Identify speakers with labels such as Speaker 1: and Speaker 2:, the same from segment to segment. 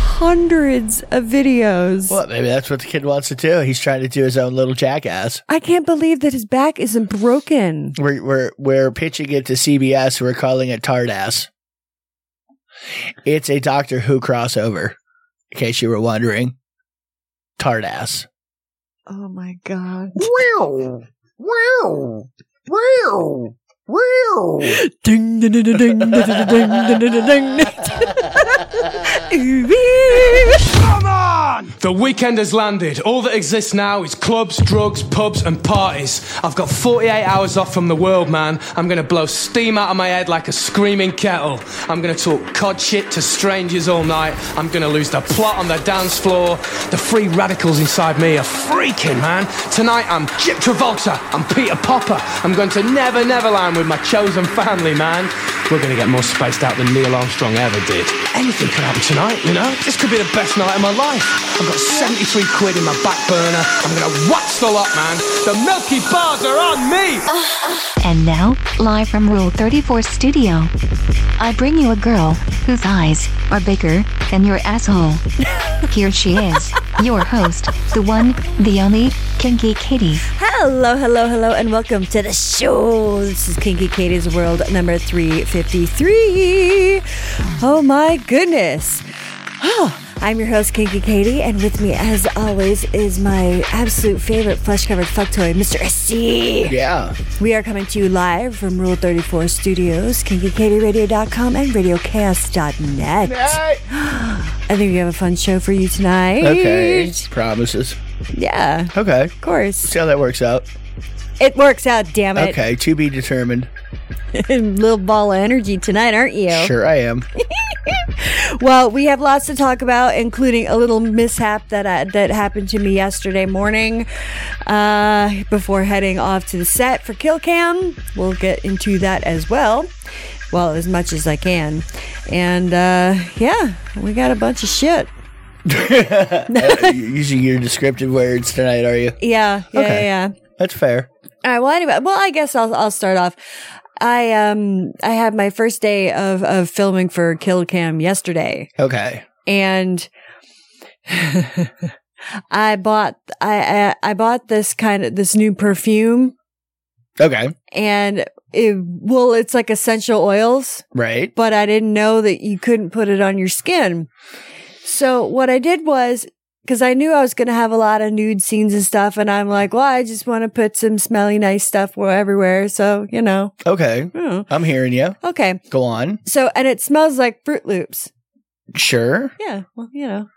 Speaker 1: hundreds of videos.
Speaker 2: Well, maybe that's what the kid wants to do. He's trying to do his own little jackass.
Speaker 1: I can't believe that his back isn't broken.
Speaker 2: We're we're we're pitching it to CBS. We're calling it Tardass. It's a Doctor Who crossover. In case you were wondering, Tardass.
Speaker 1: Oh my god.
Speaker 3: Wow. Wow. Wow. Wow.
Speaker 1: Ding ding ding ding ding ding ding ding ding ding ding. Ooh, wee.
Speaker 4: Come on! The weekend has landed. All that exists now is clubs, drugs, pubs, and parties. I've got 48 hours off from the world, man. I'm gonna blow steam out of my head like a screaming kettle. I'm gonna talk cod shit to strangers all night. I'm gonna lose the plot on the dance floor. The free radicals inside me are freaking, man. Tonight I'm Jip Travolta. I'm Peter Popper. I'm going to Never Neverland with my chosen family, man. We're gonna get more spaced out than Neil Armstrong ever did. Anything could happen tonight, you know? This could be the best night of my life. I've got 73 quid in my back burner. I'm gonna watch the lot, man. The Milky Bars are on me!
Speaker 5: And now, live from Rule 34 Studio, I bring you a girl whose eyes are bigger than your asshole. Here she is, your host, the one, the only, Kinky Katie.
Speaker 1: Hello, hello, hello, and welcome to the show. This is Kinky Katie's World number 353. Oh my goodness. Oh, I'm your host, Kinky Katie, and with me, as always, is my absolute favorite flesh covered fuck toy, Mr. SC.
Speaker 2: Yeah,
Speaker 1: We are coming to you live from Rule 34 Studios, kinkykatieradio.com, and radiochaos.net. I think we have a fun show for you tonight.
Speaker 2: Okay. Promises.
Speaker 1: Yeah, of
Speaker 2: Okay.
Speaker 1: course.
Speaker 2: See how that works out.
Speaker 1: It works out, damn it.
Speaker 2: Okay. To be determined.
Speaker 1: Little ball of energy tonight, aren't you?
Speaker 2: Sure, I am.
Speaker 1: Well, we have lots to talk about, including a little mishap that I, that happened to me yesterday morning uh, before heading off to the set for Kill Cam. We'll get into that as well. Well, as much as I can. And uh, yeah, we got a bunch of shit.
Speaker 2: Uh, Using your descriptive words tonight, are you?
Speaker 1: Yeah, yeah,
Speaker 2: Okay.
Speaker 1: yeah. yeah.
Speaker 2: That's fair.
Speaker 1: All right. Well, anyway, well, I guess I'll I'll start off. I um I had my first day of of filming for Kill Cam yesterday.
Speaker 2: Okay.
Speaker 1: and I bought I, I I bought this kind of this new perfume
Speaker 2: Okay.
Speaker 1: and it well it's like essential oils
Speaker 2: Right.
Speaker 1: but I didn't know that you couldn't put it on your skin. So what I did was because I knew I was going to have a lot of nude scenes and stuff and I'm like, well, I just want to put some smelly nice stuff where- everywhere so, you know.
Speaker 2: Okay.
Speaker 1: hmm.
Speaker 2: I'm hearing you.
Speaker 1: Okay.
Speaker 2: Go on.
Speaker 1: So and it smells like Fruit Loops.
Speaker 2: Sure.
Speaker 1: Yeah, well, you know,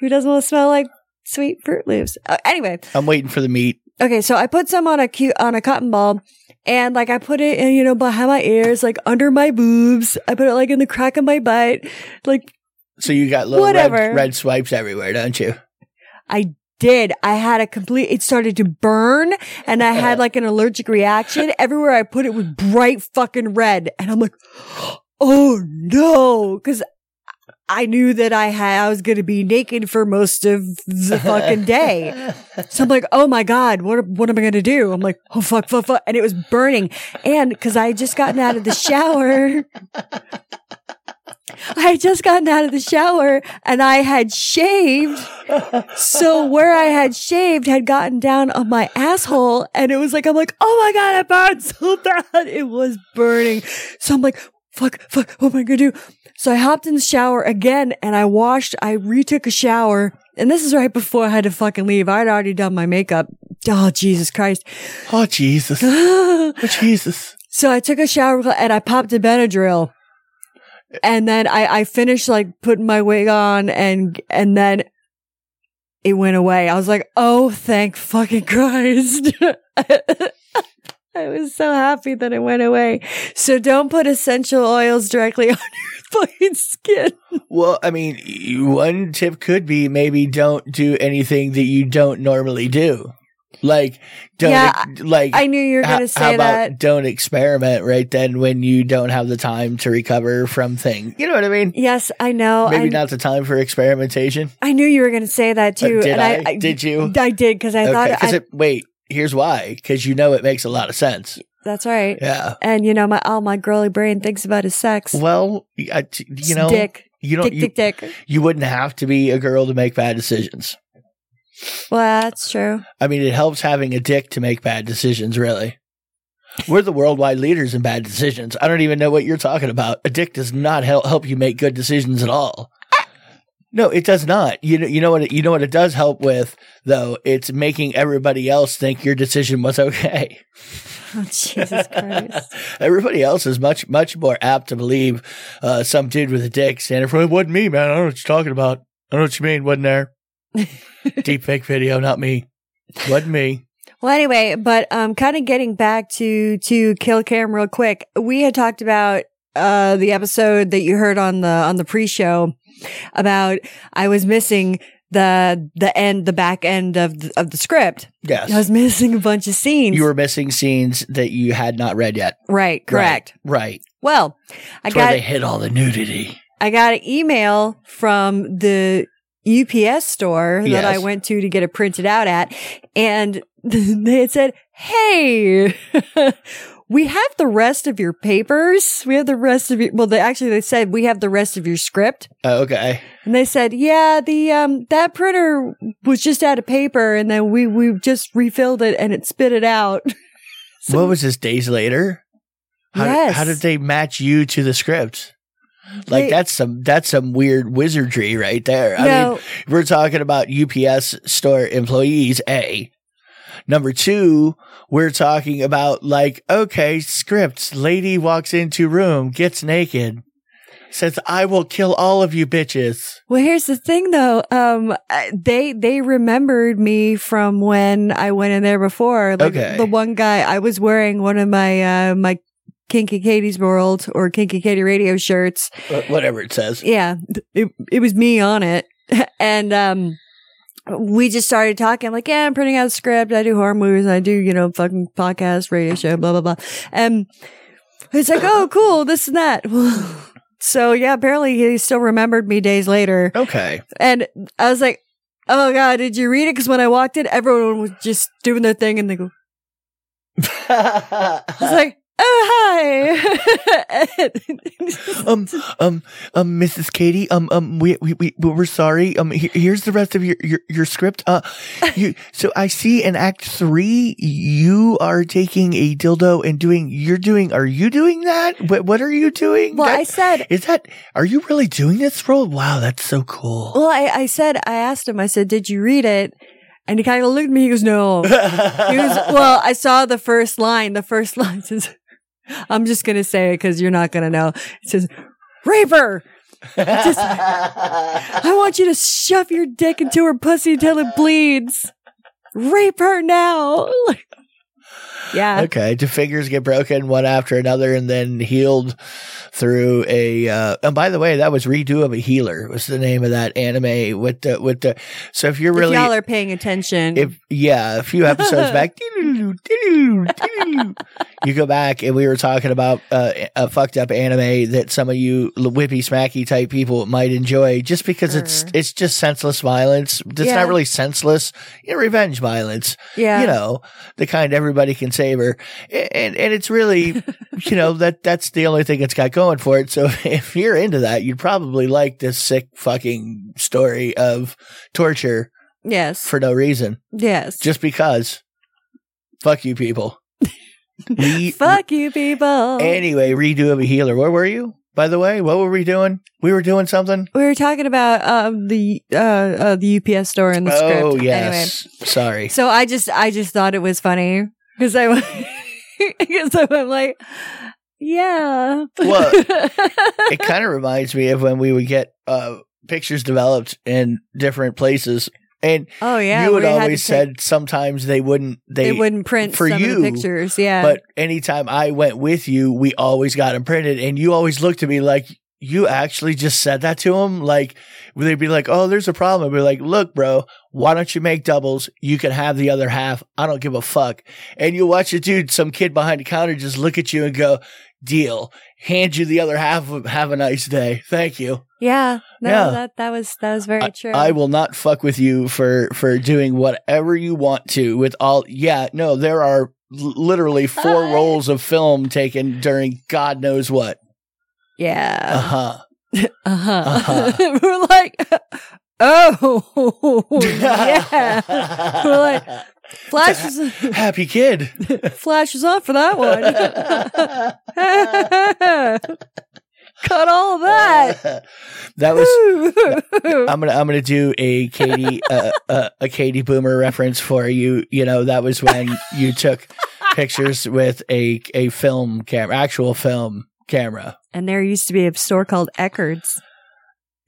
Speaker 1: who doesn't want to smell like sweet Fruit Loops? Uh, anyway,
Speaker 2: I'm waiting for the meat.
Speaker 1: okay, so I put some on a cute on a cotton ball, and like I put it in, you know, behind my ears, like under my boobs. I put it like in the crack of my butt. Like
Speaker 2: So you got little
Speaker 1: Whatever.
Speaker 2: red, red swipes everywhere, don't you?
Speaker 1: I did. I had a complete. It started to burn, and I had like an allergic reaction. Everywhere I put it was bright fucking red, and I'm like, oh no, because. I knew that I had I was going to be naked for most of the fucking day. So I'm like, oh my God, what, what am I going to do? I'm like, oh fuck, fuck, fuck. And it was burning. And cause I had just gotten out of the shower. I had just gotten out of the shower and I had shaved. So where I had shaved had gotten down on my asshole. And it was like, I'm like, oh my God, I burned so bad. It was burning. So I'm like, fuck, fuck, what am I going to do? So I hopped in the shower again and I washed, I retook a shower. And this is right before I had to fucking leave. I'd already done my makeup. Oh, Jesus Christ.
Speaker 2: Oh, Jesus. oh, Jesus.
Speaker 1: So I took a shower and I popped a Benadryl. And then I, I finished like putting my wig on and, and then it went away. I was like, oh, thank fucking Christ. I was so happy that it went away. So don't put essential oils directly on your fucking skin.
Speaker 2: Well, I mean, y- one tip could be maybe don't do anything that you don't normally do. Like, don't,
Speaker 1: Yeah,
Speaker 2: ex- like,
Speaker 1: I knew you were
Speaker 2: ho-
Speaker 1: going to
Speaker 2: how
Speaker 1: say
Speaker 2: about
Speaker 1: that.
Speaker 2: don't experiment right then when you don't have the time to recover from thing. You know what I mean?
Speaker 1: Yes, I know.
Speaker 2: Maybe
Speaker 1: I,
Speaker 2: not the time for experimentation.
Speaker 1: I knew you were going to say that
Speaker 2: Uh,
Speaker 1: too.
Speaker 2: did
Speaker 1: and
Speaker 2: I? Did you?
Speaker 1: I did because I thought
Speaker 2: okay, 'cause
Speaker 1: I,
Speaker 2: it, wait, here's why. Because you know it makes a lot of sense.
Speaker 1: that's right.
Speaker 2: Yeah.
Speaker 1: And you know, my all my girly brain thinks about is sex.
Speaker 2: Well, I, you know,
Speaker 1: dick.
Speaker 2: You don't.
Speaker 1: Dick,
Speaker 2: you,
Speaker 1: dick, dick.
Speaker 2: you wouldn't have to be a girl to make bad decisions.
Speaker 1: Well, that's true.
Speaker 2: I mean, it helps having a dick to make bad decisions. Really, we're the worldwide leaders in bad decisions. I don't even know what you're talking about. A dick does not help help you make good decisions at all. No, it does not. You know, you know what? It, you know what it does help with though. It's making everybody else think your decision was okay.
Speaker 1: Oh, Jesus Christ.
Speaker 2: Everybody else is much, much more apt to believe uh, some dude with a dick standing for it wasn't me, man. I don't know what you're talking about. I don't know what you mean. Wasn't there? Deep fake video, not me. Wasn't me.
Speaker 1: Well, anyway, but um, kind of getting back to to Kill Cam real quick. We had talked about uh the episode that you heard on the on the pre-show about I was missing the the end the back end of the, of the script. I
Speaker 2: Yes.
Speaker 1: was missing a bunch of scenes.
Speaker 2: You were missing scenes that you had not read yet.
Speaker 1: right, correct.
Speaker 2: Right. right.
Speaker 1: Well, I
Speaker 2: That's where
Speaker 1: got
Speaker 2: they hid all the nudity.
Speaker 1: I got an email from the UPS store
Speaker 2: Yes.
Speaker 1: that I went to to get it printed out at, and they had said, "Hey, we have the rest of your papers. We have the rest of your well, they actually they said we have the rest of your script."
Speaker 2: Uh, okay.
Speaker 1: And they said, "Yeah, the um that printer was just out of paper, and then we we just refilled it and it spit it out."
Speaker 2: what was this? Days later. How,
Speaker 1: Yes.
Speaker 2: how did they match you to the script? Like
Speaker 1: They-
Speaker 2: that's some that's some weird wizardry right there. I mean,
Speaker 1: No,
Speaker 2: we're talking about UPS store employees, A. Number two, we're talking about like, okay, scripts. Lady walks into room, gets naked, says, I will kill all of you bitches.
Speaker 1: Well, here's the thing though. Um, I- they, they remembered me from when I went in there before. Like
Speaker 2: Okay.
Speaker 1: the one guy, I was wearing one of my, uh, my Kinky Katie's World or Kinky Katie Radio shirts.
Speaker 2: Wha- Whatever it says.
Speaker 1: Yeah. th- It, it was me on it. and, um, we just started talking. I'm like, yeah, I'm printing out a script. I do horror movies. I do, you know, fucking podcast, radio show, blah, blah, blah. And it's like, oh, cool. This and that. so yeah, apparently he still remembered me days later.
Speaker 2: Okay.
Speaker 1: And I was like, oh God, did you read it? Because when I walked in, everyone was just doing their thing and they go, I was like, oh, hi.
Speaker 2: um, um, um, Mrs. Katie, um, um, we, we, we, we're sorry. Um, he- here's the rest of your, your, your script. Uh, you, so I see in act three, you are taking a dildo and doing, you're doing, are you doing that? What, what are you doing?
Speaker 1: well,
Speaker 2: That-
Speaker 1: I said,
Speaker 2: is that, are you really doing this role? Wow, that's so cool.
Speaker 1: well, I, I said, I asked him, I said, did you read it? And he kind of looked at me. He goes, no. He goes, well, I saw the first line. The first line says, I'm just going to say it because you're not going to know. It says, Raver, I want you to shove your dick into her pussy till it bleeds. Rape her now. yeah.
Speaker 2: okay, do fingers get broken one after another and then healed through a? Uh, and by the way, that was redo of a healer. Was the name of that anime with the with the? So if you're really
Speaker 1: if y'all are paying attention,
Speaker 2: if yeah, a few episodes back, you go back and we were talking about uh, a fucked up anime that some of you l- whippy smacky type people might enjoy just because it's
Speaker 1: Sure.
Speaker 2: it's just senseless violence. It's
Speaker 1: Mm. Yeah.
Speaker 2: not really senseless, you know, revenge violence.
Speaker 1: yeah,
Speaker 2: You know, the kind everybody can savor, A- and and it's really, you know, that that's the only thing it's got going for it. So if you're into that, you'd probably like this sick fucking story of torture
Speaker 1: yes,
Speaker 2: for no reason
Speaker 1: yes.
Speaker 2: just because. Fuck you, people. We-
Speaker 1: Fuck you, people.
Speaker 2: Anyway, redo of a healer. Where were you, by the way? What were we doing? We were doing something.
Speaker 1: we were talking about um, the uh, uh, the UPS store in the script.
Speaker 2: Oh
Speaker 1: Anyway,
Speaker 2: yes. Sorry.
Speaker 1: so I just I just thought it was funny because I because I'm like, yeah.
Speaker 2: Well, it kind of reminds me of when we would get uh, pictures developed in different places, and
Speaker 1: oh yeah,
Speaker 2: you had
Speaker 1: we had to
Speaker 2: always
Speaker 1: take-
Speaker 2: said sometimes they wouldn't. They,
Speaker 1: they wouldn't print
Speaker 2: for
Speaker 1: some of
Speaker 2: you,
Speaker 1: the pictures. Yeah,
Speaker 2: But anytime I went with you, we always got them printed, and you always looked at me like you actually just said that to them. Like they'd be like, "Oh, there's a problem." I'd be like, "Look, bro, why don't you make doubles? You can have the other half. I don't give a fuck." And you watch a dude, some kid behind the counter, just look at you and go, "Deal." Hand you the other half. of- Have a nice day. Thank you.
Speaker 1: yeah, no,
Speaker 2: Yeah.
Speaker 1: that that was that was very true.
Speaker 2: I will not fuck with you for for doing whatever you want to with all. Yeah, no, there are l- literally four rolls of film taken during God knows what.
Speaker 1: yeah.
Speaker 2: Uh huh.
Speaker 1: Uh-huh.
Speaker 2: Uh-huh.
Speaker 1: We're like, oh, yeah. We're like, Flash was,
Speaker 2: Happy kid.
Speaker 1: Flash was on for that one. Cut all of that.
Speaker 2: that was I'm gonna I'm gonna do a Katie uh, uh, a Katie Boomer reference for you. You know that was when you took pictures with a a film camera, actual film camera.
Speaker 1: and there used to be a store called Eckerd's.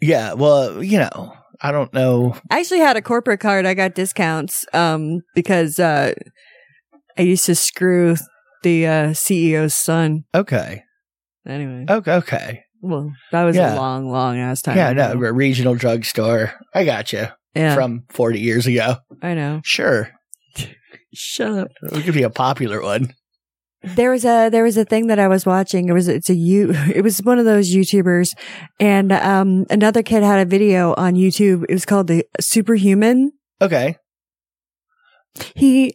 Speaker 2: Yeah, well, you know, I don't know.
Speaker 1: I actually had a corporate card. I got discounts um, because uh, I used to screw the uh, CEO's son.
Speaker 2: Okay,
Speaker 1: Anyway,
Speaker 2: okay, okay.
Speaker 1: well, that was
Speaker 2: yeah.
Speaker 1: a long, long ass time.
Speaker 2: Yeah,
Speaker 1: ago.
Speaker 2: no, a regional drugstore. I got you
Speaker 1: yeah,
Speaker 2: from 40 years ago.
Speaker 1: I know.
Speaker 2: Sure,
Speaker 1: Shut up.
Speaker 2: it could be a popular one.
Speaker 1: There was a there was a thing that I was watching. It was it's a you it was one of those YouTubers, and um another kid had a video on YouTube. It was called the Superhuman.
Speaker 2: Okay.
Speaker 1: He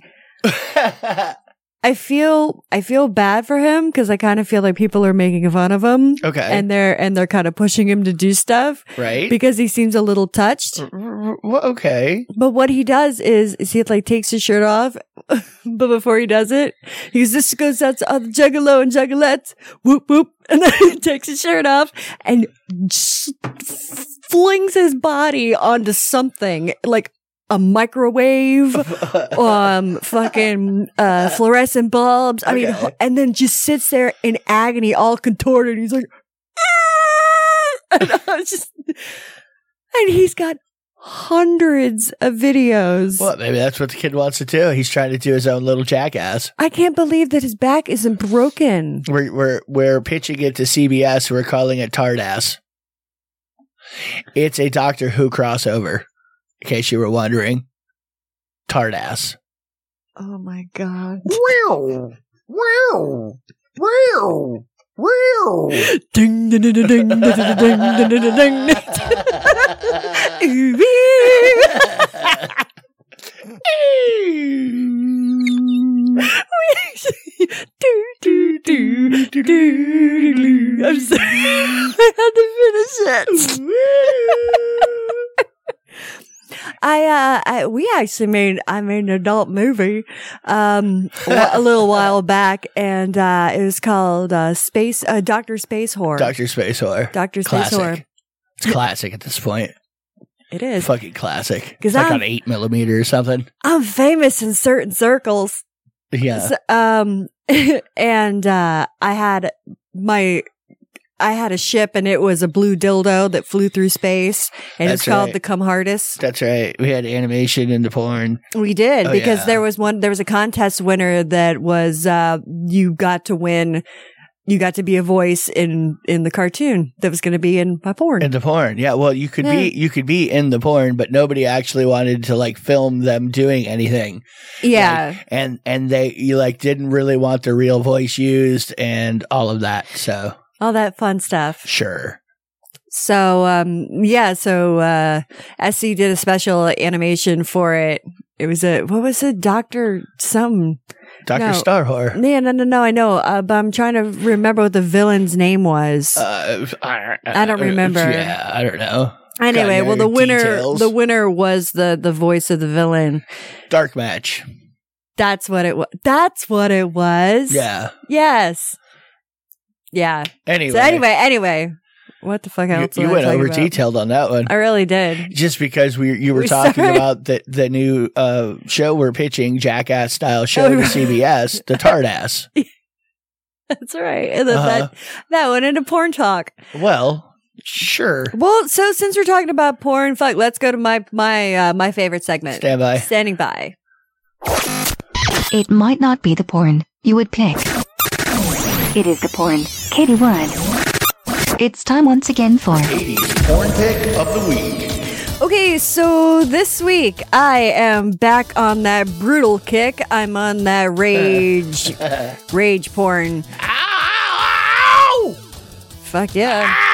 Speaker 1: I feel I feel bad for him because I kind of feel like people are making fun of him
Speaker 2: okay.
Speaker 1: and they're and they're kind of pushing him to do stuff
Speaker 2: right.
Speaker 1: because he seems a little touched.
Speaker 2: R- r- r- okay.
Speaker 1: But what he does is is he like takes his shirt off, but before he does it, he goes, "This goes out to all the juggalo and juggalettes." Whoop whoop, and then he takes his shirt off and s- flings his body onto something like a microwave um fucking uh fluorescent bulbs i mean
Speaker 2: Okay.
Speaker 1: h- and then just sits there in agony all contorted he's like "Ah!" and i was just and he's got hundreds of videos
Speaker 2: Well, maybe that's what the kid wants to do. He's trying to do his own little jackass.
Speaker 1: i can't believe that his back isn't broken
Speaker 2: We're we're we're pitching it to CBS. We're calling it Tardass. It's a Doctor Who crossover. In case you were wondering, Tardass.
Speaker 1: oh my god
Speaker 3: Wow! Wow! Wow! Wow!
Speaker 1: ding ding ding ding ding ding ding ding ding, ding ding Ooh, wee. do, do, do, do, do, do. I'm sorry. I had to finish it. I, uh, I, we actually made, I made an adult movie, um, a little while back and, uh, it was called, uh, Space, uh, Dr. Space Horror.
Speaker 2: Doctor Space Horror.
Speaker 1: Dr. Space
Speaker 2: Classic.
Speaker 1: Horror.
Speaker 2: It's classic at this point.
Speaker 1: It is.
Speaker 2: Fucking classic.
Speaker 1: 'Cause
Speaker 2: It's like
Speaker 1: I'm-
Speaker 2: on eight millimeter or something.
Speaker 1: I'm famous in certain circles.
Speaker 2: Yeah.
Speaker 1: So, um, and uh, I had my. I had a ship and it was a blue dildo that flew through space and it's
Speaker 2: That's
Speaker 1: called
Speaker 2: right.
Speaker 1: the Come Hardest.
Speaker 2: That's right. We had animation in the porn.
Speaker 1: We did
Speaker 2: Oh,
Speaker 1: because
Speaker 2: yeah.
Speaker 1: there was one, there was a contest winner that was, uh, you got to win, you got to be a voice in, in the cartoon that was going to be in my porn.
Speaker 2: In the porn, yeah. Well, you could be you could be in the porn, but nobody actually wanted to like film them doing anything.
Speaker 1: yeah.
Speaker 2: Like, and and they you like didn't really want the real voice used and all of that. So
Speaker 1: all that fun stuff.
Speaker 2: sure,
Speaker 1: So um yeah, so uh SC did a special animation for it. It was a what was it, Doctor something?
Speaker 2: Doctor
Speaker 1: No.
Speaker 2: Starhor.
Speaker 1: Yeah, no, no, no, I know, uh, but I'm trying to remember what the villain's name was.
Speaker 2: Uh, I,
Speaker 1: I don't remember.
Speaker 2: Yeah, I don't know.
Speaker 1: anyway,
Speaker 2: got
Speaker 1: well,
Speaker 2: no
Speaker 1: the winner,
Speaker 2: details.
Speaker 1: the winner was the the voice of the villain.
Speaker 2: Dark match.
Speaker 1: That's what it was. That's what it was.
Speaker 2: Yeah.
Speaker 1: Yes. Yeah.
Speaker 2: Anyway,
Speaker 1: So anyway, anyway, what the fuck
Speaker 2: you,
Speaker 1: else?
Speaker 2: you
Speaker 1: was
Speaker 2: went
Speaker 1: I talking
Speaker 2: over
Speaker 1: about?
Speaker 2: detailed on that one.
Speaker 1: I really did.
Speaker 2: just because we you were
Speaker 1: We're
Speaker 2: talking
Speaker 1: sorry.
Speaker 2: about the the new uh, show we're pitching, Jackass style show to
Speaker 1: Oh, right.
Speaker 2: CBS, the Tardass.
Speaker 1: That's all right. And then
Speaker 2: Uh-huh.
Speaker 1: that that went into porn talk.
Speaker 2: Well, sure.
Speaker 1: Well, so since we're talking about porn, fuck, let's go to my my uh, my favorite segment.
Speaker 2: Stand by.
Speaker 1: Standing by.
Speaker 5: It might not be the porn you would pick. It is the porn Katie would. It's time once again for
Speaker 1: Okay, so this week I am back on that brutal kick. I'm on that rage, rage porn. Fuck yeah.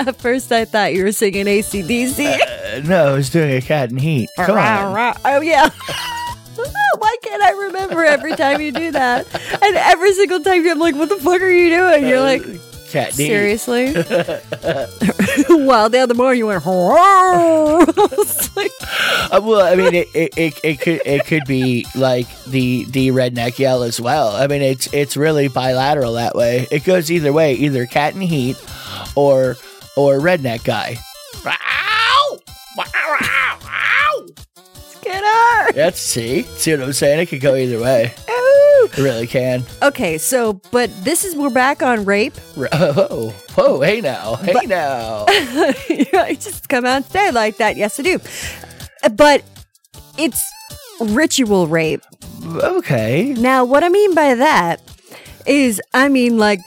Speaker 1: At first, I thought you were singing ACDC.
Speaker 2: Uh, no, I was doing a cat in heat. Come on.
Speaker 1: Oh, yeah. Why can't I remember every time you do that? And every single time you're like, what the fuck are you doing? You're like,
Speaker 2: Cat D.
Speaker 1: Seriously? well, the other morning you went, I was like,
Speaker 2: Uh, well, I mean, it, it, it, it could it could be like the the redneck yell as well. I mean, it's it's really bilateral that way. It goes either way, either cat and heat, or or redneck guy. Ow! Wow, ow, ow!
Speaker 1: get her.
Speaker 2: That's see, see what I'm saying? It could go either way.
Speaker 1: Ooh.
Speaker 2: It really can.
Speaker 1: Okay, so, but this is, we're back on rape.
Speaker 2: Whoa, whoa, hey now, hey now.
Speaker 1: I just come out and say it like that. Yes, I do. But it's ritual rape.
Speaker 2: Okay,
Speaker 1: Now, what I mean by that is, I mean like,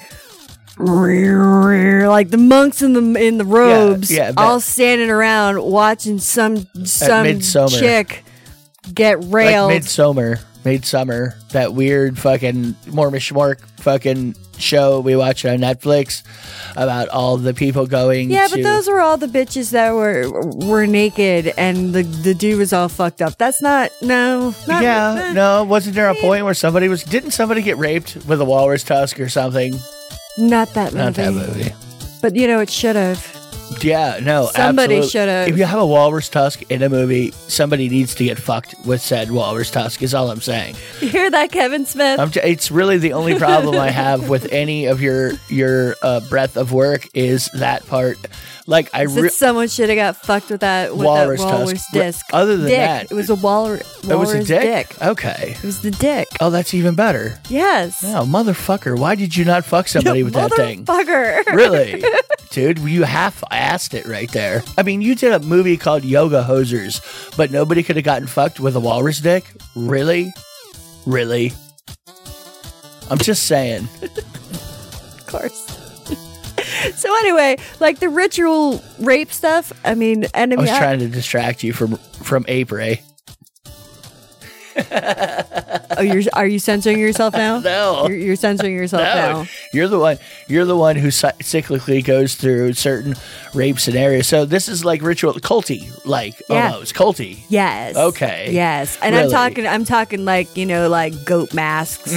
Speaker 1: like the monks in the in the robes,
Speaker 2: yeah, but-
Speaker 1: all standing around watching some some
Speaker 2: midsummer.
Speaker 1: chick get
Speaker 2: like
Speaker 1: railed.
Speaker 2: midsummer, midsummer. That weird fucking Mormish Mork fucking show we watch on Netflix about all the people going.
Speaker 1: yeah,
Speaker 2: to-
Speaker 1: but those were all the bitches that were were naked, and the the dude was all fucked up. That's not no. Not,
Speaker 2: Yeah, no. Wasn't there a point where somebody was? Didn't somebody get raped with a walrus tusk or something?
Speaker 1: not that movie.
Speaker 2: Not that movie.
Speaker 1: But you know, it should have.
Speaker 2: Yeah, no.
Speaker 1: Somebody
Speaker 2: absolute-
Speaker 1: should've.
Speaker 2: If you have a walrus tusk in a movie, somebody needs to get fucked with said walrus tusk. Is all I'm saying.
Speaker 1: You hear that, Kevin Smith?
Speaker 2: I'm t- it's really the only problem I have with any of your your uh, breadth of work is that part. Like I
Speaker 1: That
Speaker 2: re-
Speaker 1: someone should have got fucked with that with
Speaker 2: Walrus
Speaker 1: that
Speaker 2: tusk.
Speaker 1: walrus
Speaker 2: Re-
Speaker 1: disc.
Speaker 2: other than
Speaker 1: Dick.
Speaker 2: that-
Speaker 1: it was a walrus.
Speaker 2: oh, it was
Speaker 1: Walrus
Speaker 2: a dick? Okay.
Speaker 1: It was the dick.
Speaker 2: Oh, that's even better.
Speaker 1: Yes.
Speaker 2: Oh, motherfucker! Why did you not fuck somebody with that thing?
Speaker 1: Motherfucker.
Speaker 2: Really, dude? You half assed it right there. I mean, you did a movie called Yoga Hosers, but nobody could have gotten fucked with a walrus dick. Really, really. I'm just saying.
Speaker 1: Of course. so anyway, like the ritual rape stuff. I mean, and I
Speaker 2: I
Speaker 1: mean,
Speaker 2: was
Speaker 1: I-
Speaker 2: trying to distract you from from April.
Speaker 1: oh, you're, are you censoring yourself now?
Speaker 2: No.
Speaker 1: You're, you're censoring yourself
Speaker 2: No,
Speaker 1: now.
Speaker 2: you're the one. You're the one who cy- cyclically goes through certain rape scenarios. So this is like ritual, culty, like
Speaker 1: Yeah.
Speaker 2: almost culty.
Speaker 1: Yes.
Speaker 2: Okay.
Speaker 1: Yes, and I'm
Speaker 2: Really?
Speaker 1: talking. I'm talking like you know, like goat masks.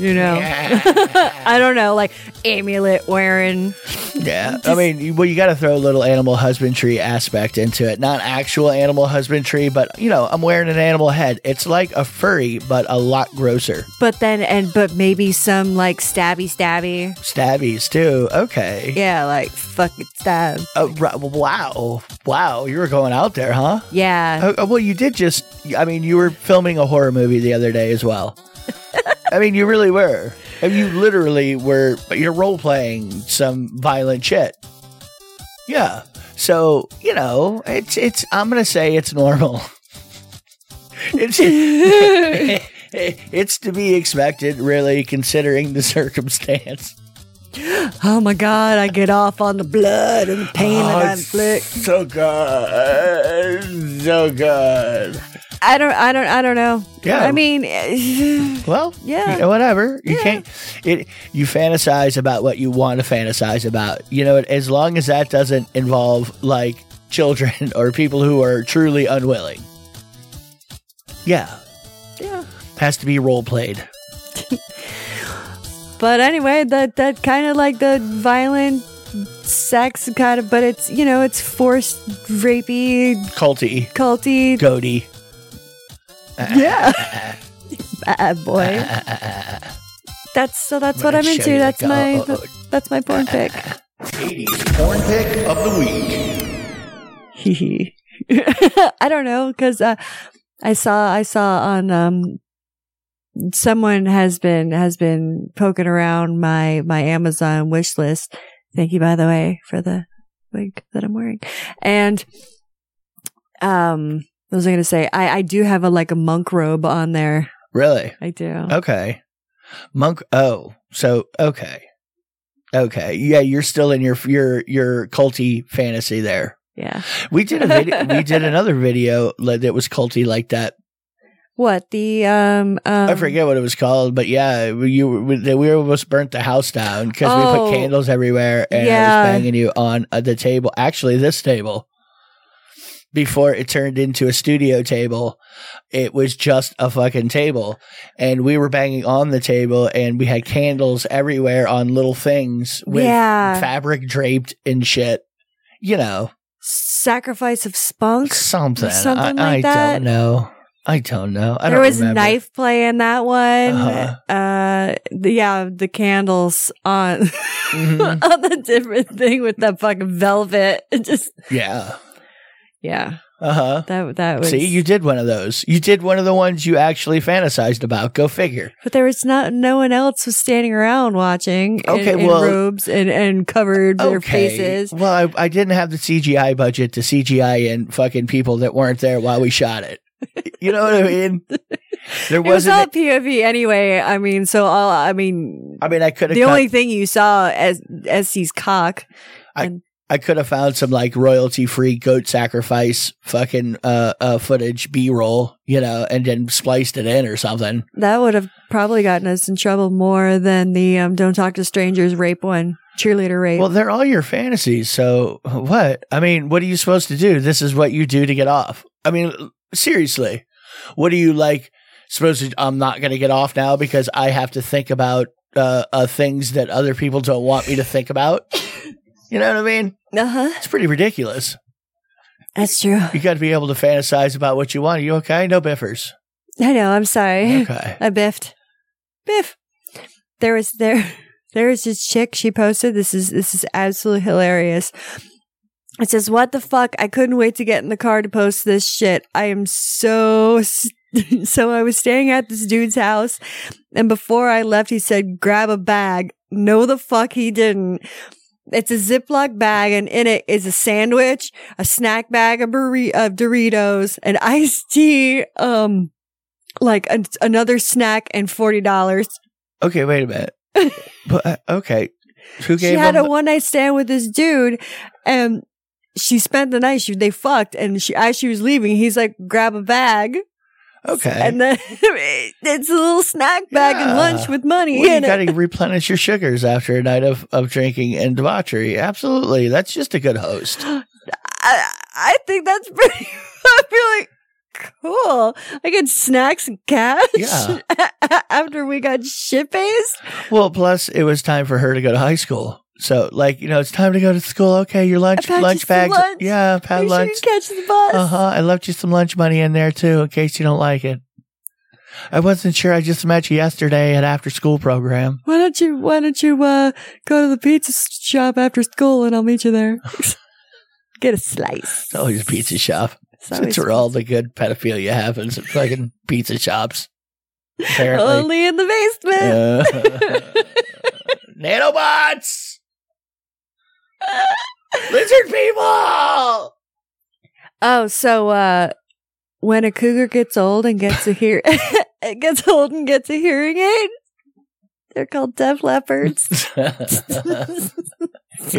Speaker 1: You know, I don't know, like amulet wearing.
Speaker 2: Yeah, I mean, you- well, you got to throw a little animal husbandry aspect into it. Not actual animal husbandry, but you know, I'm wearing an animal head. It's like a furry, but a lot grosser.
Speaker 1: But then, and but maybe some like stabby stabby.
Speaker 2: Stabbies too. Okay.
Speaker 1: Yeah, like fuck it stab.
Speaker 2: Oh, ri- wow, wow, you were going out there, huh?
Speaker 1: Yeah.
Speaker 2: Oh, oh, well, you did just. I mean, you were filming a horror movie the other day as well. I mean, you really were. I mean, you literally were. You're role playing some violent shit. Yeah. So you know, it's it's. I'm gonna say it's normal. it's it's to be expected, really, considering the circumstance.
Speaker 1: Oh my god, I get off on the blood and the pain that I inflict.
Speaker 2: Oh, so good, so good.
Speaker 1: I don't. I don't. I don't know.
Speaker 2: Yeah.
Speaker 1: I mean, eh,
Speaker 2: Well,
Speaker 1: Yeah.
Speaker 2: you know, whatever. You can't. It. You fantasize about what you want to fantasize about. You know, as long as that doesn't involve like children or people who are truly unwilling. Yeah,
Speaker 1: yeah.
Speaker 2: has to be role played.
Speaker 1: But anyway, that that kind of like the violent sex kind of, but it's you know it's forced rapey,
Speaker 2: Culty,
Speaker 1: culty,
Speaker 2: goaty.
Speaker 1: bad boy. That's so. That's what
Speaker 2: gonna
Speaker 1: I'm
Speaker 2: show
Speaker 1: into.
Speaker 2: you the uh,
Speaker 1: That's my.
Speaker 2: goat.
Speaker 1: that- That's my porn pick.
Speaker 6: 80s porn pick of the week.
Speaker 1: I don't know because uh, I saw I saw on um someone has been has been poking around my my Amazon wish list. Thank you by the way for the wig that I'm wearing. And um what was I gonna say? I I do have a like a monk robe on there.
Speaker 2: Really?
Speaker 1: I do.
Speaker 2: Okay. Monk. Oh, so okay, okay. Yeah, you're still in your your your culty fantasy there.
Speaker 1: Yeah.
Speaker 2: We did a video, we did another video like, that was culty like that.
Speaker 1: What the um, um
Speaker 2: I forget what it was called, but yeah, we- you we, we almost burnt the house down because
Speaker 1: Oh.
Speaker 2: we put candles everywhere and I
Speaker 1: Yeah.
Speaker 2: was banging you on uh, the table. Actually, this table. before it turned into a studio table, it was just a fucking table. And we were banging on the table and we had candles everywhere on little things with
Speaker 1: yeah.
Speaker 2: fabric draped and shit. You know,
Speaker 1: Sacrifice of spunk.
Speaker 2: something.
Speaker 1: Something
Speaker 2: I,
Speaker 1: like
Speaker 2: I
Speaker 1: that.
Speaker 2: don't know. I don't know. I
Speaker 1: there
Speaker 2: don't
Speaker 1: was
Speaker 2: remember.
Speaker 1: knife play in that one. uh
Speaker 2: Uh-huh.
Speaker 1: the, yeah, the candles on
Speaker 2: Mhm.
Speaker 1: on the different thing with that fucking velvet. It just
Speaker 2: Yeah.
Speaker 1: yeah,
Speaker 2: Uh huh.
Speaker 1: that that was.
Speaker 2: See, you did one of those. You did one of the ones you actually fantasized about. Go figure.
Speaker 1: but there was not no one else was standing around watching. in-
Speaker 2: Okay,
Speaker 1: in,
Speaker 2: well-
Speaker 1: robes and and covered their faces.
Speaker 2: Well, I, I didn't have the CGI budget to CGI in fucking people that weren't there while we shot it. You know what I mean? There
Speaker 1: It was all
Speaker 2: wasn't.
Speaker 1: POV anyway. I mean, so all I mean,
Speaker 2: I mean, I could have.
Speaker 1: the only thing you saw as SC's cock.
Speaker 2: I could have found some like royalty free goat sacrifice fucking uh, uh footage B roll, you know, and then spliced it in or something.
Speaker 1: That would have probably gotten us in trouble more than the um, "Don't Talk to Strangers" rape one, cheerleader rape.
Speaker 2: Well, they're all your fantasies, so what? I mean, what are you supposed to do? This is what you do to get off. I mean, seriously, what are you like supposed to? I'm not going to get off now because I have to think about uh, uh things that other people don't want me to think about. You know what I mean?
Speaker 1: uh huh.
Speaker 2: It's pretty ridiculous.
Speaker 1: That's true.
Speaker 2: You got to be able to fantasize about what you want. Are you okay? No biffers.
Speaker 1: I know. I'm sorry.
Speaker 2: Okay.
Speaker 1: I biffed. Biff. There was there there was this chick she posted. This is this is absolutely hilarious. It says, "What the fuck? I couldn't wait to get in the car to post this shit. I am so s- so I was staying at this dude's house and before I left he said, "Grab a bag." No the fuck he didn't. It's a Ziploc bag and in it is a sandwich, a snack bag of, burri- of Doritos, an iced tea, um, like an another snack and forty dollars.
Speaker 2: Okay. Wait a minute. but, uh, okay. Who
Speaker 1: She
Speaker 2: gave
Speaker 1: had
Speaker 2: them
Speaker 1: a one night stand with this dude, and she spent the night. She they fucked, and she as she was leaving, he's like, "Grab a bag,"
Speaker 2: the- okay.
Speaker 1: and then it's a little snack bag and
Speaker 2: Yeah.
Speaker 1: lunch with money
Speaker 2: Well, you
Speaker 1: in it.
Speaker 2: got to replenish your sugars after a night of, of drinking and debauchery. Absolutely. That's just a good host.
Speaker 1: I, I think that's pretty. I feel like. Cool. I get snacks and cash
Speaker 2: Yeah.
Speaker 1: after we got shit faced.
Speaker 2: Well, plus, it was time for her to go to high school. So, like, you know, it's time to go to school. Okay, your lunch,
Speaker 1: I packed you
Speaker 2: lunch
Speaker 1: some
Speaker 2: bags.
Speaker 1: lunch.
Speaker 2: Yeah, pound
Speaker 1: Make sure
Speaker 2: lunch.
Speaker 1: you catch the bus.
Speaker 2: Uh huh. I left you some lunch money in there too, in case you don't like it. I wasn't sure. I just met you yesterday at after school program.
Speaker 1: Why don't you Why don't you uh, go to the pizza shop after school and I'll meet you there. Get a slice.
Speaker 2: It's always a pizza shop.
Speaker 1: It's
Speaker 2: That's
Speaker 1: always-
Speaker 2: where all the good pedophilia happens at fucking pizza shops. Apparently.
Speaker 1: only in the basement.
Speaker 2: Uh, nanobots, lizard people.
Speaker 1: Oh, so uh, when a cougar gets old and gets a hear, it gets old and gets a hearing aid. They're called deaf leopards.
Speaker 2: you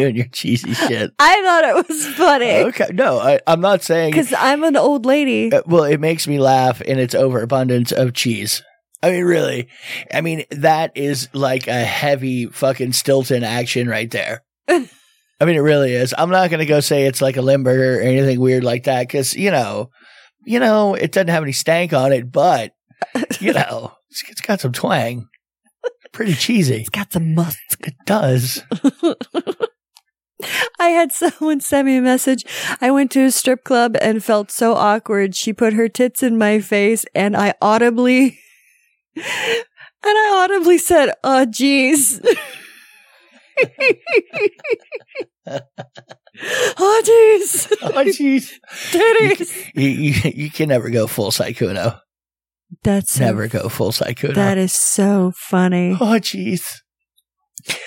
Speaker 2: and your cheesy shit.
Speaker 1: I thought it was funny
Speaker 2: Okay, no, I, I'm not saying.
Speaker 1: because I'm an old lady.
Speaker 2: Uh, Well, it makes me laugh in its overabundance of cheese. I mean, really. I mean, that is like a heavy fucking Stilton action right there. I mean, it really is. I'm not going to go say it's like a Limburger or anything weird like that because, you know, you know, it doesn't have any stank on it, but, you know, it's, it's got some twang. Pretty cheesy.
Speaker 1: It's got some must.
Speaker 2: It does.
Speaker 1: I had someone send me a message. I went to a strip club and felt so awkward. She put her tits in my face and I audibly and I audibly said, "Oh jeez." oh jeez.
Speaker 2: Oh, jeez.
Speaker 1: Titties.
Speaker 2: You, you, you can never go full Saikuno.
Speaker 1: That's so-
Speaker 2: Never go full Saikuno.
Speaker 1: That is so funny.
Speaker 2: oh, jeez.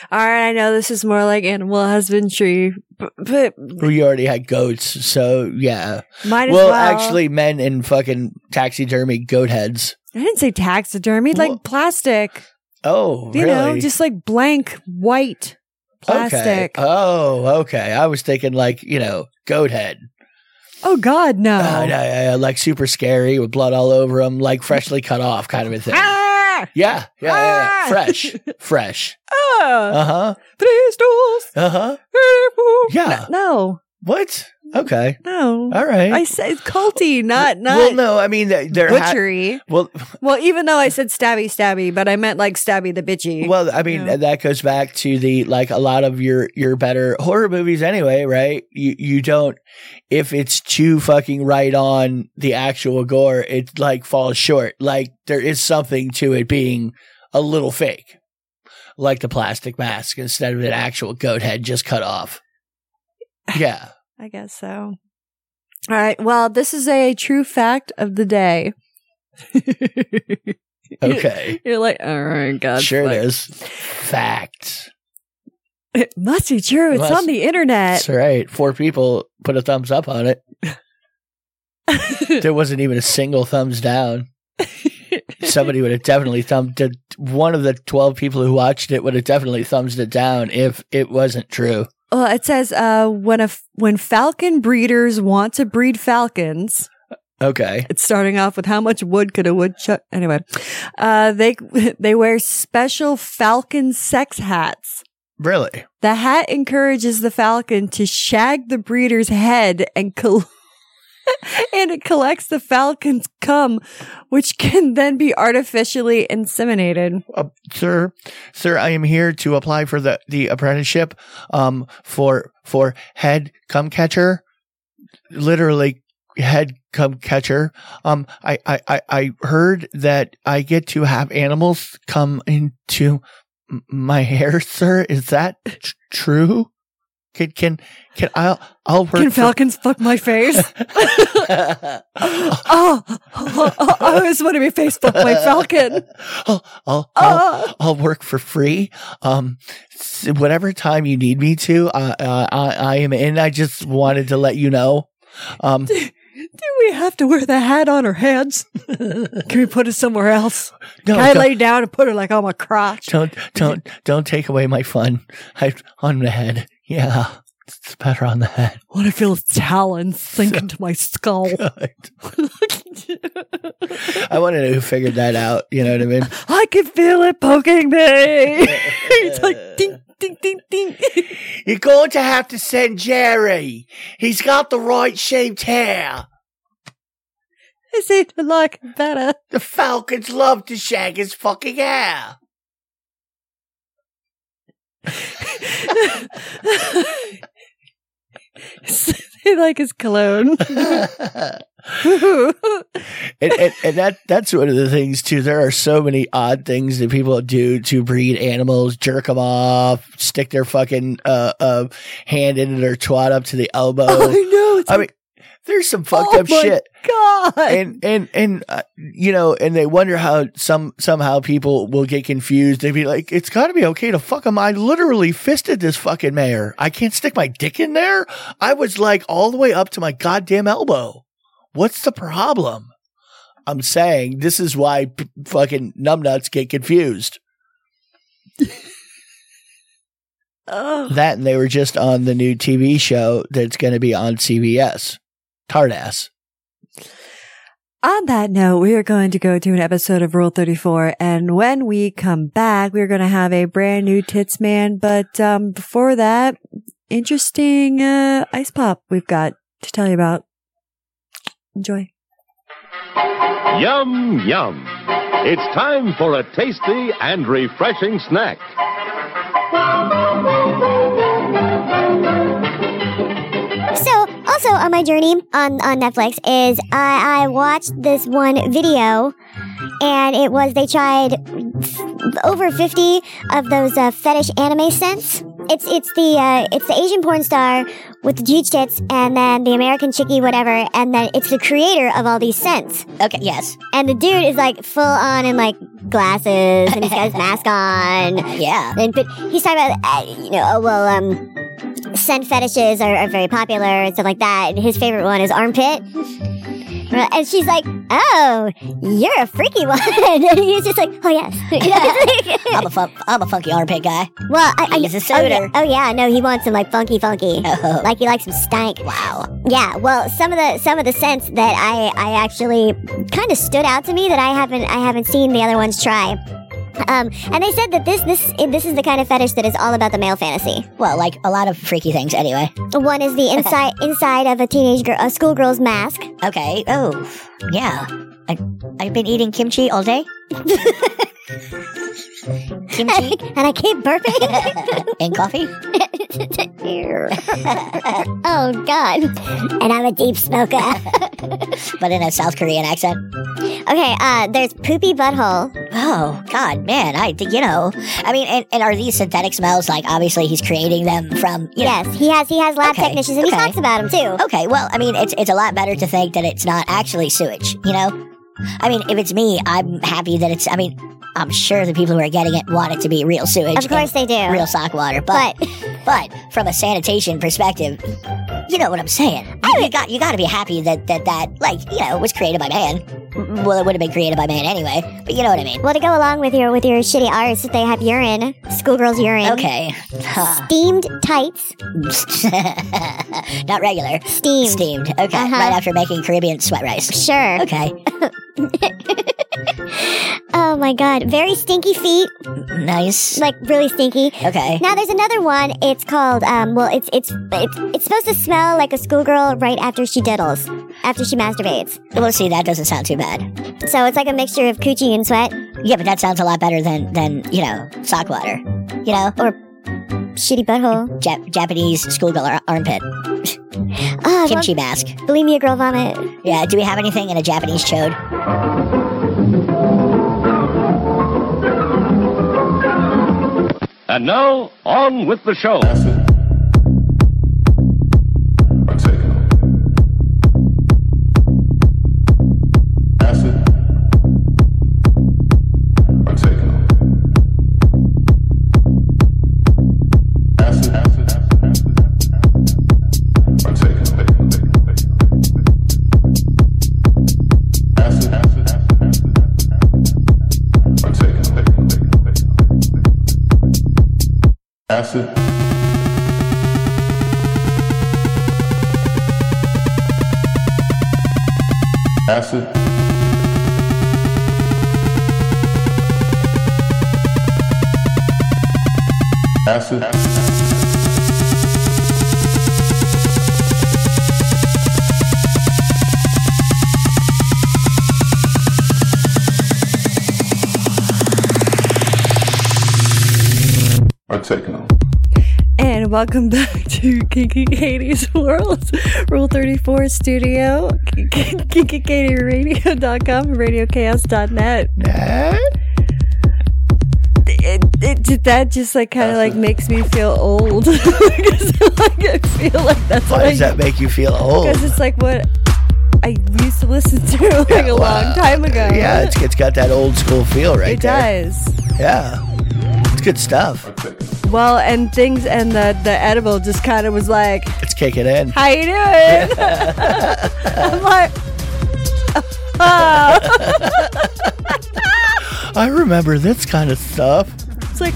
Speaker 1: All right, I know this is more like animal husbandry, but, but
Speaker 2: We already had goats, so yeah.
Speaker 1: might as well.
Speaker 2: well, actually, men in fucking taxidermy goat heads.
Speaker 1: I didn't say taxidermy, like
Speaker 2: Well-
Speaker 1: plastic.
Speaker 2: Oh,
Speaker 1: you
Speaker 2: really?
Speaker 1: know, just like blank white
Speaker 2: Okay.
Speaker 1: plastic.
Speaker 2: Oh, okay. I was thinking like you know goat head,
Speaker 1: oh God, no!
Speaker 2: Uh, yeah, yeah, like super scary with blood all over them, like freshly cut off kind of a thing.
Speaker 1: Ah!
Speaker 2: Yeah, yeah, yeah, yeah.
Speaker 1: Ah!
Speaker 2: fresh, fresh.
Speaker 1: Ah!
Speaker 2: Uh huh.
Speaker 1: Three stools.
Speaker 2: Uh huh.
Speaker 1: three fools.
Speaker 2: Yeah.
Speaker 1: No,
Speaker 2: What? Okay.
Speaker 1: No.
Speaker 2: All right.
Speaker 1: I said it's culty, not not
Speaker 2: well, no, I mean th- there. ha-
Speaker 1: butchery.
Speaker 2: well,
Speaker 1: well, even though I said stabby stabby, but I meant like stabby the bitchy.
Speaker 2: well, I mean
Speaker 1: Yeah.
Speaker 2: that goes back to the like a lot of your your better horror movies anyway, right? You you don't if it's too fucking right on the actual gore, it like falls short. Like there is something to it being a little fake, like the plastic mask instead of an actual goat head just cut off. Yeah.
Speaker 1: I guess so. All right. Well, this is a true fact of the day.
Speaker 2: Okay.
Speaker 1: You're like, all right, God.
Speaker 2: sure
Speaker 1: fuck.
Speaker 2: it is. Facts.
Speaker 1: It must be true. It's
Speaker 2: Must-
Speaker 1: on the internet.
Speaker 2: That's right. Four people put a thumbs up on it. there wasn't even a single thumbs down. Somebody would have definitely thumbed it. One of the 12 people who watched it would have definitely thumbs it down if it wasn't true.
Speaker 1: Well, it says uh, when a f- when falcon breeders want to breed falcons,
Speaker 2: Okay.
Speaker 1: it's starting off with how much wood could a woodchuck anyway. Uh, they they wear special falcon sex hats.
Speaker 2: Really?
Speaker 1: The hat encourages the falcon to shag the breeder's head and col- and it collects the falcon's cum, which can then be artificially inseminated.
Speaker 2: Uh, sir, sir, I am here to apply for the, the apprenticeship um, for for head cum catcher. Literally head cum catcher. Um, I, I, I, I heard that I get to have animals come into m- my hair, sir. Is that tr- true? Can can can I? I'll work.
Speaker 1: Can
Speaker 2: for-
Speaker 1: falcons fuck my face? oh, I always want to be face fuck my falcon.
Speaker 2: I'll, I'll,
Speaker 1: Oh.
Speaker 2: I'll, I'll work for free. Um, s- whatever time you need me to, uh, uh, I, I am in. I just wanted to let you know. Um,
Speaker 1: Do we have to wear the hat on our heads? Can we put it somewhere else?
Speaker 2: no,
Speaker 1: Can I
Speaker 2: don't,
Speaker 1: lay down and put it like on my crotch?
Speaker 2: don't, don't, don't take away my fun. I, on the head. Yeah. It's better on the head.
Speaker 1: I want to feel its talons sink into my skull.
Speaker 2: I want to know who figured that out. You know what I mean?
Speaker 1: I can feel it poking me. it's like ding, ding, ding, ding.
Speaker 2: You're going to have to send Jerry. He's got the right shaped hair.
Speaker 1: Is it like better?
Speaker 2: The Falcons love to shag his fucking hair.
Speaker 1: they like his cologne.
Speaker 2: Oh. and, and, and that that's one of the things too. There are so many odd things that people do to breed animals, jerk them off, stick their fucking uh, uh, hand into their twat up to the elbow.
Speaker 1: I know. It's
Speaker 2: I mean,
Speaker 1: like,
Speaker 2: there's some fucked
Speaker 1: oh
Speaker 2: up
Speaker 1: my
Speaker 2: shit.
Speaker 1: God.
Speaker 2: And and and uh, you know, and they wonder how some somehow people will get confused. They'd be like, "It's got to be okay to fuck him." I literally fisted this fucking mayor. I can't stick my dick in there. I was like all the way up to my goddamn elbow. What's the problem? I'm saying this is why p- fucking numbnuts get confused.
Speaker 1: Ugh.
Speaker 2: That and they were just on the new TV show that's going to be on CBS. Tardass.
Speaker 1: On that note, we are going to go to an episode of Rule 34. And when we come back, we're going to have a brand new Tits Man. But um, before that, interesting uh, ice pop we've got to tell you about. Enjoy.
Speaker 7: Yum, yum. It's time for a tasty and refreshing snack.
Speaker 8: So, also on my journey on, on Netflix is I, I watched this one video, and it was they tried f- over fifty of those uh, fetish anime scents. It's it's the uh, it's the Asian porn star with the huge tits, and then the American chickie whatever, and then it's the creator of all these scents.
Speaker 9: Okay, yes.
Speaker 8: And the dude is like full on in like glasses, and he's got his mask on,
Speaker 9: Yeah.
Speaker 8: and but he's talking about uh, you know oh well um scent fetishes are, are very popular and stuff like that and his favorite one is armpit and she's like oh you're a freaky one and he's just like oh yes
Speaker 9: I'm a fun- I'm a funky armpit guy.
Speaker 8: well I, I
Speaker 9: He's a
Speaker 8: oh, yeah,
Speaker 9: soder.
Speaker 8: oh yeah no he wants some like funky funky
Speaker 9: Oh.
Speaker 8: like he likes some stank
Speaker 9: Wow.
Speaker 8: yeah, well, some of the some of the scents that I I actually kind of stood out to me that I haven't I haven't seen the other ones try. Um, and they said that this this this is the kind of fetish that is all about the male fantasy.
Speaker 9: Well, like a lot of freaky things anyway.
Speaker 8: One is the inside inside of a teenage girl, a schoolgirl's mask.
Speaker 9: Okay. Oh, yeah. I, I've been eating kimchi all day. kimchi
Speaker 8: and I keep burping.
Speaker 9: and coffee.
Speaker 8: oh God! And I'm a deep smoker.
Speaker 9: but in a South Korean accent.
Speaker 8: okay, uh, there's poopy butthole.
Speaker 9: Oh God, man! I you know, I mean, and, and are these synthetic smells? Like, obviously, he's creating them from you know.
Speaker 8: Yes, he has he has lab
Speaker 9: Okay,
Speaker 8: technicians, and he
Speaker 9: okay.
Speaker 8: talks about them too.
Speaker 9: Okay, well, I mean, it's it's a lot better to think that it's not actually sewage. You know, I mean, if it's me, I'm happy that it's. I mean, I'm sure the people who are getting it want it to be real sewage.
Speaker 8: Of course they do.
Speaker 9: and Real sock water, but
Speaker 8: but
Speaker 9: but from a sanitation perspective, you know what I'm saying. I you got you got to be happy that that that like you know was created by man. Well, it would have been created by man anyway, but you know what I mean.
Speaker 8: well, to go along with your with your shitty arts, they have urine, schoolgirls urine.
Speaker 9: Okay, Huh.
Speaker 8: Steamed tights,
Speaker 9: not regular,
Speaker 8: steamed.
Speaker 9: steamed. Okay,
Speaker 8: Uh-huh.
Speaker 9: right after making Caribbean sweat rice.
Speaker 8: Sure.
Speaker 9: Okay,
Speaker 8: Oh my god, very stinky feet,
Speaker 9: nice.
Speaker 8: like really stinky.
Speaker 9: Okay.
Speaker 8: Now there's another one. It's called um. Well, it's it's it's, it's supposed to smell like a schoolgirl right after she diddles, after she masturbates.
Speaker 9: Well, see, that doesn't sound too bad.
Speaker 8: So it's like a mixture of coochie and sweat.
Speaker 9: Yeah, but that sounds a lot better than than you know sock water. You know, or
Speaker 8: Shitty butthole.
Speaker 9: Jap- Japanese schoolgirl ar- armpit,
Speaker 8: Uh-huh. Oh,
Speaker 9: kimchi mask.
Speaker 8: Believe me, a girl vomit.
Speaker 9: Yeah. Do we have anything in a Japanese chode?
Speaker 7: And now, on with the show.
Speaker 6: Acid. Acid. Acid. Or techno.
Speaker 1: And welcome back to Kinky Katie's World, Rule 34 Studio, KinkyKatieRadio.com, RadioChaos.net. It, it, did that just like kind of like makes me feel old. 'Cause, like, I feel like that's what
Speaker 2: Why
Speaker 1: I
Speaker 2: does that make you feel old?
Speaker 1: Because it's like what I used to listen to like a long
Speaker 2: well,
Speaker 1: time ago.
Speaker 2: Yeah, it's, it's got that old school feel right
Speaker 1: it
Speaker 2: there.
Speaker 1: does.
Speaker 2: Yeah. It's good stuff.
Speaker 1: Well, and things and the the edible just kind of was like,
Speaker 2: It's kicking in.
Speaker 1: "How you doing?" I'm like, uh, "Oh."
Speaker 2: I remember this kind of stuff.
Speaker 1: It's like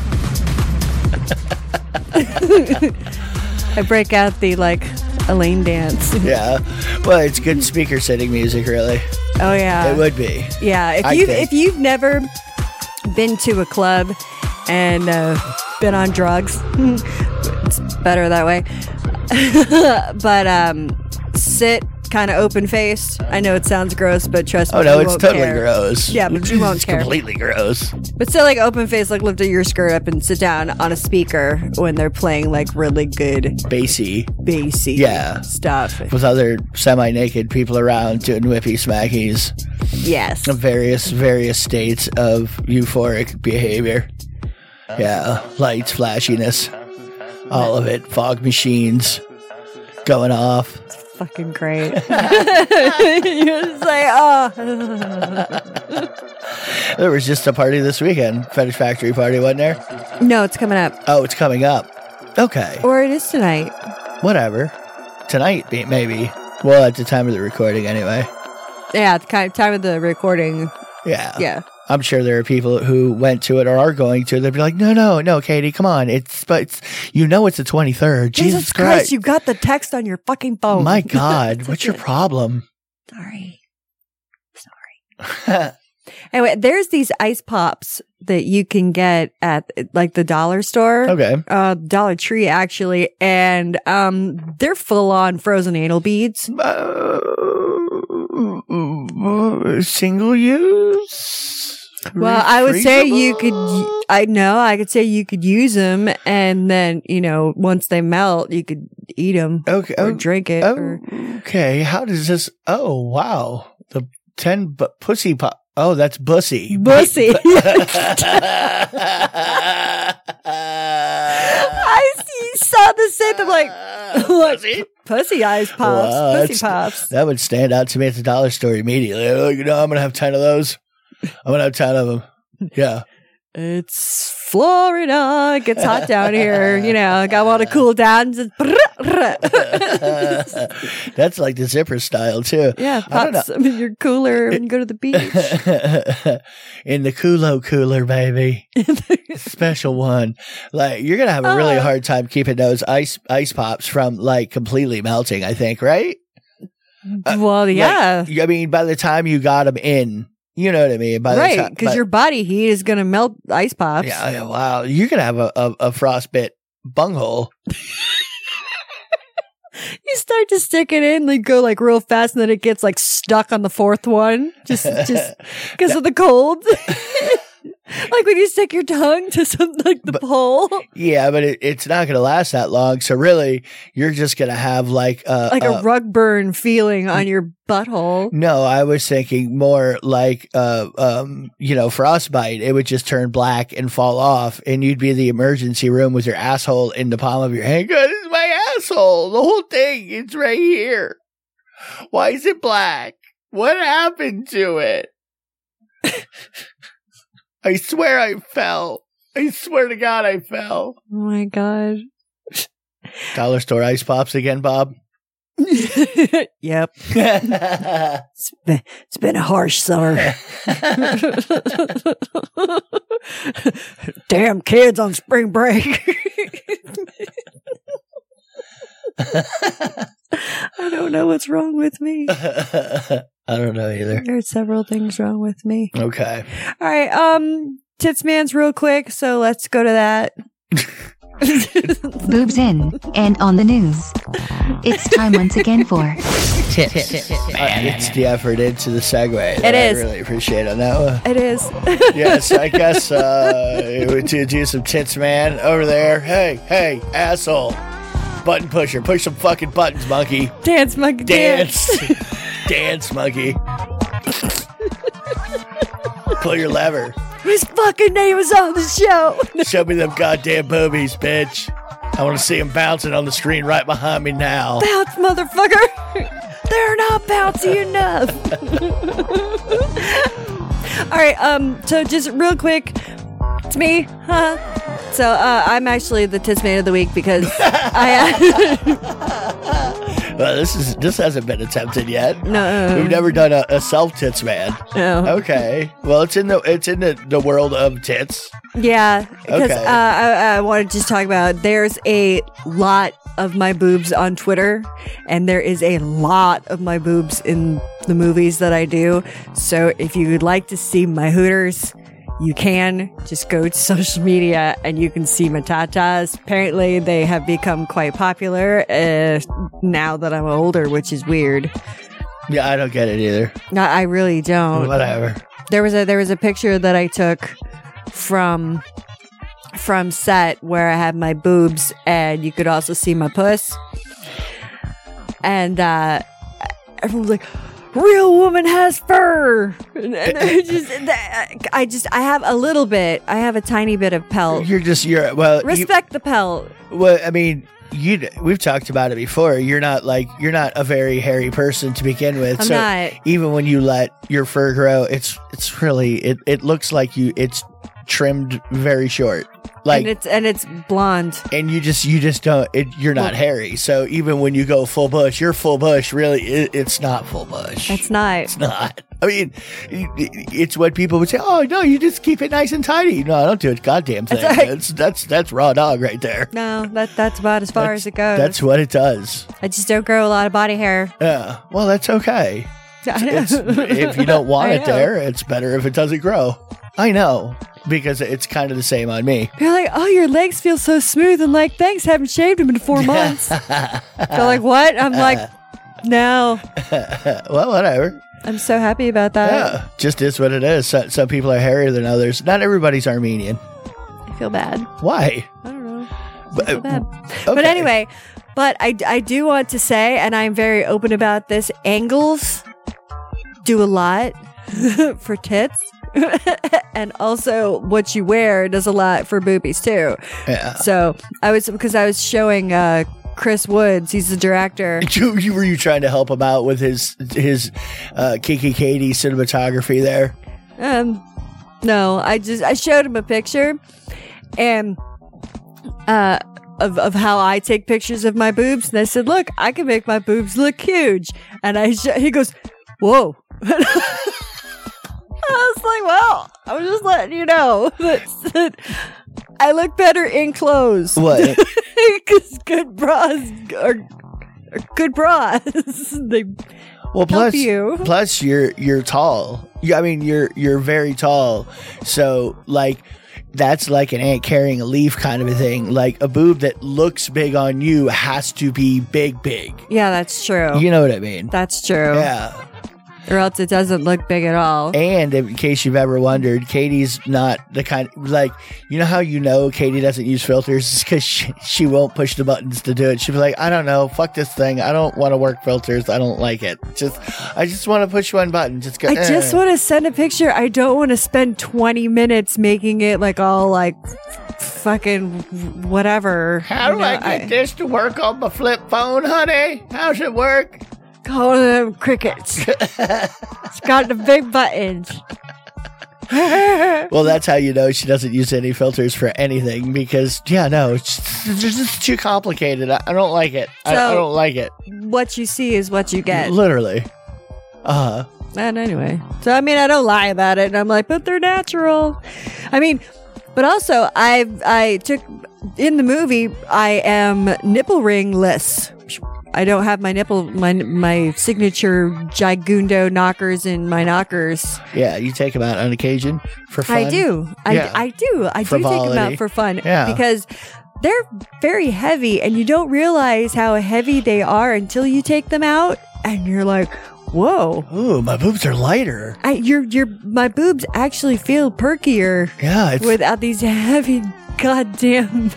Speaker 1: I break out the like Elaine dance.
Speaker 2: Yeah. Well, it's good speaker sitting music, really.
Speaker 1: Oh yeah,
Speaker 2: It would be.
Speaker 1: yeah. If
Speaker 2: I
Speaker 1: you
Speaker 2: think.
Speaker 1: if you've never been to a club and uh, been on drugs, it's better that way. but um, sit kind of open faced. I know it sounds gross, but trust me.
Speaker 2: Oh, no,
Speaker 1: you
Speaker 2: it's
Speaker 1: won't
Speaker 2: totally
Speaker 1: care.
Speaker 2: gross.
Speaker 1: Yeah, but you won't
Speaker 2: It's
Speaker 1: care.
Speaker 2: completely gross.
Speaker 1: But still, like open face, like lift your skirt up and sit down on a speaker when they're playing like really good
Speaker 2: Bassy
Speaker 1: bassy
Speaker 2: Yeah.
Speaker 1: stuff.
Speaker 2: with other semi naked people around doing whippy smackies.
Speaker 1: Yes.
Speaker 2: various various states of euphoric behavior. Yeah, lights, flashiness, all of it. Fog machines going off.
Speaker 1: fucking great. You're just like, oh.
Speaker 2: There was just a party this weekend, Fetish Factory party, wasn't there?
Speaker 1: No, it's coming up.
Speaker 2: Oh, it's coming up. Okay,
Speaker 1: Or it is tonight.
Speaker 2: whatever. Tonight, may- maybe. Well, at the time of the recording, anyway.
Speaker 1: Yeah, the ki- time of the recording.
Speaker 2: Yeah.
Speaker 1: Yeah.
Speaker 2: I'm sure there are people who went to it or are going to. it. They'd be like, "No, no, no, Katie, come on! It's but it's, you know it's the 23rd. Jesus, Christ!
Speaker 1: you got the text on your fucking phone.
Speaker 2: My God, what's your problem?
Speaker 1: Sorry.
Speaker 2: I
Speaker 1: Anyway, there's these ice pops that you can get at like the dollar store.
Speaker 2: Okay.
Speaker 1: Uh, Dollar Tree actually, and um, they're full on frozen anal beads.
Speaker 2: Uh, single use.
Speaker 1: Well, I would say you could.
Speaker 2: Retrievable?
Speaker 1: y- I know I could say you could use them, and then you know once they melt, you could eat them
Speaker 2: Okay.
Speaker 1: or
Speaker 2: oh,
Speaker 1: drink it. or,
Speaker 2: oh, okay. How does this? Oh, wow. The 10 bu- pussy pop. Oh, that's bussy.
Speaker 1: Bussy. I see- saw the synth. I'm like, what?
Speaker 2: Pussy?
Speaker 1: Pussy eyes pops.
Speaker 2: Wow,
Speaker 1: pussy
Speaker 2: that's-
Speaker 1: pops.
Speaker 2: That would stand out to me at the dollar store immediately. Oh, you know, I'm going to have 10 of those. I'm going to have 10 of them. Yeah.
Speaker 1: It's Florida. It gets hot down here. You know, got want to cool down. Just brr, brr.
Speaker 2: That's like the zipper style, too.
Speaker 1: yeah,
Speaker 2: I don't
Speaker 1: pop some in your cooler and go to the beach.
Speaker 2: In the Kulo cooler, baby. Special one. Like, you're going to have a really
Speaker 1: Oh.
Speaker 2: hard time keeping those ice ice pops from like completely melting, I think, right?
Speaker 1: well, yeah.
Speaker 2: Like, I mean, by the time you got them in, you know what I mean? By the
Speaker 1: right.
Speaker 2: time,
Speaker 1: Because your body heat is going to melt ice pops.
Speaker 2: Yeah, yeah, wow. You're going to have a, a, a frostbit bunghole.
Speaker 1: You start to stick it in, like go like real fast, and then it gets like stuck on the fourth one, just just because of the cold. like when you stick your tongue to some like the pole,
Speaker 2: Yeah, but it, it's not going to last that long. So really, you're just going to have like a,
Speaker 1: like
Speaker 2: a-
Speaker 1: a rug burn feeling on your butthole.
Speaker 2: no. I was thinking more like uh um you know frostbite. It would just turn black and fall off, and you'd be in the emergency room with your asshole in the palm of your hand. God, this is my asshole. The whole thing. It's right here. Why is it black? What happened to it? I swear I fell. I swear to God, I fell.
Speaker 1: Oh my god.
Speaker 2: Dollar store ice pops again, Bob.
Speaker 1: yep.
Speaker 2: That's
Speaker 1: It's been, it's been a harsh summer. Damn kids on spring break. I don't know what's wrong with me.
Speaker 2: I don't know either.
Speaker 1: There are several things wrong with me.
Speaker 2: Okay.
Speaker 1: All right, um, Tits Man's real quick, so let's go to that.
Speaker 5: Boobs in and on the news. It's time once again for
Speaker 2: It's the effort into the segue. It is.
Speaker 1: is.
Speaker 2: I really appreciate on that one.
Speaker 1: It is.
Speaker 2: Yes, I guess uh, we do do some tits, man, over there. Hey, hey, asshole. Button pusher. Push some fucking buttons, monkey.
Speaker 1: Dance, monkey, dance.
Speaker 2: Dance. Dance, monkey. Pull your lever.
Speaker 1: Whose fucking name is on the show?
Speaker 2: Show me them goddamn boobies, bitch. I want to see them bouncing on the screen right behind me now.
Speaker 1: Bounce, motherfucker. They're not bouncy enough. All right, um, so just real quick, it's me, huh? So uh, I'm actually the Tits Man of the week because I
Speaker 2: Well, this is this hasn't been attempted yet.
Speaker 1: no,
Speaker 2: We've never done a, a self tits man.
Speaker 1: no.
Speaker 2: Okay. Well, it's in the it's in the, the world of tits.
Speaker 1: Yeah, because
Speaker 2: Okay.
Speaker 1: uh, I, I want to just talk about there's a lot of my boobs on Twitter, and there is a lot of my boobs in the movies that I do. So if you would like to see my hooters, you can just go to social media and you can see my tatas. Apparently, they have become quite popular uh, now that I'm older, which is weird.
Speaker 2: Yeah, I don't get it either.
Speaker 1: Oh, No, I really don't
Speaker 2: Whatever.
Speaker 1: there was a there was a picture that I took from from set where I had my boobs and you could also see my puss. And uh everyone's like real woman has fur and, and I just I just I have a little bit I have a tiny bit of pelt
Speaker 2: You're just you're well.
Speaker 1: Oh.
Speaker 2: you-
Speaker 1: respect the pelt
Speaker 2: well, I mean, you we've talked about it before. You're not like you're not a very hairy person to begin with.
Speaker 1: I'm
Speaker 2: so
Speaker 1: not
Speaker 2: even when you let your fur grow, it's it's really it it looks like you it's trimmed very short. Like
Speaker 1: and it's and it's blonde
Speaker 2: and you just you just don't it, you're not hairy so even when you go full bush you're full bush really it, it's not full bush
Speaker 1: it's not
Speaker 2: It's not i mean it- it- it's what people would say oh no you just keep it nice and tidy no i don't do a goddamn thing
Speaker 1: right.
Speaker 2: that's that's that's raw dog right there
Speaker 1: no that that's about as far
Speaker 2: That's-
Speaker 1: as it goes
Speaker 2: that's what it does
Speaker 1: I just don't grow a lot of body hair
Speaker 2: yeah well that's okay It's, if you don't want
Speaker 1: I
Speaker 2: it
Speaker 1: know.
Speaker 2: there, it's better if it doesn't grow. I know because it's kind of the same on me.
Speaker 1: They're like, oh, your legs feel so smooth. I'm like, thanks, haven't shaved them in four months. They're like, what? I'm like, no,
Speaker 2: well, whatever.
Speaker 1: I'm so happy about that.
Speaker 2: Yeah, just is what it is. So, some people are hairier than others. Not everybody's Armenian.
Speaker 1: I feel bad.
Speaker 2: Why?
Speaker 1: I don't know.
Speaker 2: But,
Speaker 1: So bad. But
Speaker 2: okay.
Speaker 1: anyway, but I, I do want to say, and I'm very open about this, angles do a lot for tits. and also what you wear does a lot for boobies too.
Speaker 2: Yeah.
Speaker 1: So I was because I was showing uh Chris Woods, he's the director.
Speaker 2: You, you were you trying to help him out with his his uh, Kiki Katie cinematography there?
Speaker 1: Um, no, I just I showed him a picture, and uh, of of how I take pictures of my boobs, and I said, "Look, I can make my boobs look huge," and I sh- he goes, "Whoa." I was like, well, I was just letting you know that I look better in clothes.
Speaker 2: What?
Speaker 1: Because good bras are, are good bras. they
Speaker 2: Well, plus
Speaker 1: you.
Speaker 2: plus you're you're tall. Yeah, I mean you're you're very tall. So like that's like an ant carrying a leaf kind of a thing. Like a boob that looks big on you has to be big, big.
Speaker 1: yeah, that's true.
Speaker 2: You know what I mean?
Speaker 1: that's true.
Speaker 2: Yeah.
Speaker 1: or else it doesn't look big at all.
Speaker 2: And in case you've ever wondered, Katie's not the kind like you know how you know Katie doesn't use filters because she, she won't push the buttons to do it. She'll be like, I don't know, fuck this thing. I don't want to work filters. I don't like it. Just I just want to push one button. Just go.
Speaker 1: I
Speaker 2: "Eh."
Speaker 1: just want to send a picture. I don't want to spend 20 minutes making it like all like fucking whatever.
Speaker 2: How
Speaker 1: you
Speaker 2: do
Speaker 1: know,
Speaker 2: I get this to work on my flip phone, honey? How's it work?
Speaker 1: Call them crickets. it's got the big buttons.
Speaker 2: Well, that's how you know she doesn't use any filters for anything because, yeah, no, it's just, it's just too complicated. I, I don't like it. I, I
Speaker 1: So-
Speaker 2: don't like it.
Speaker 1: What you see is what you get.
Speaker 2: Literally. Uh huh.
Speaker 1: And anyway, so I mean, I don't lie about it, and I'm like, but they're natural. I mean, but also, I I took in the movie, I am nipple ringless. I don't have my nipple my my signature gigundo knockers and my knockers.
Speaker 2: Yeah, you take them out on occasion for fun.
Speaker 1: I do, I,
Speaker 2: Yeah.
Speaker 1: I do, I do take them
Speaker 2: Frivolity.
Speaker 1: out for fun
Speaker 2: Yeah.
Speaker 1: because they're very heavy, and you don't realize how heavy they are until you take them out, and you're like, whoa.
Speaker 2: Ooh, my boobs are lighter.
Speaker 1: I your your my boobs actually feel perkier
Speaker 2: Yeah, it's
Speaker 1: without these heavy goddamn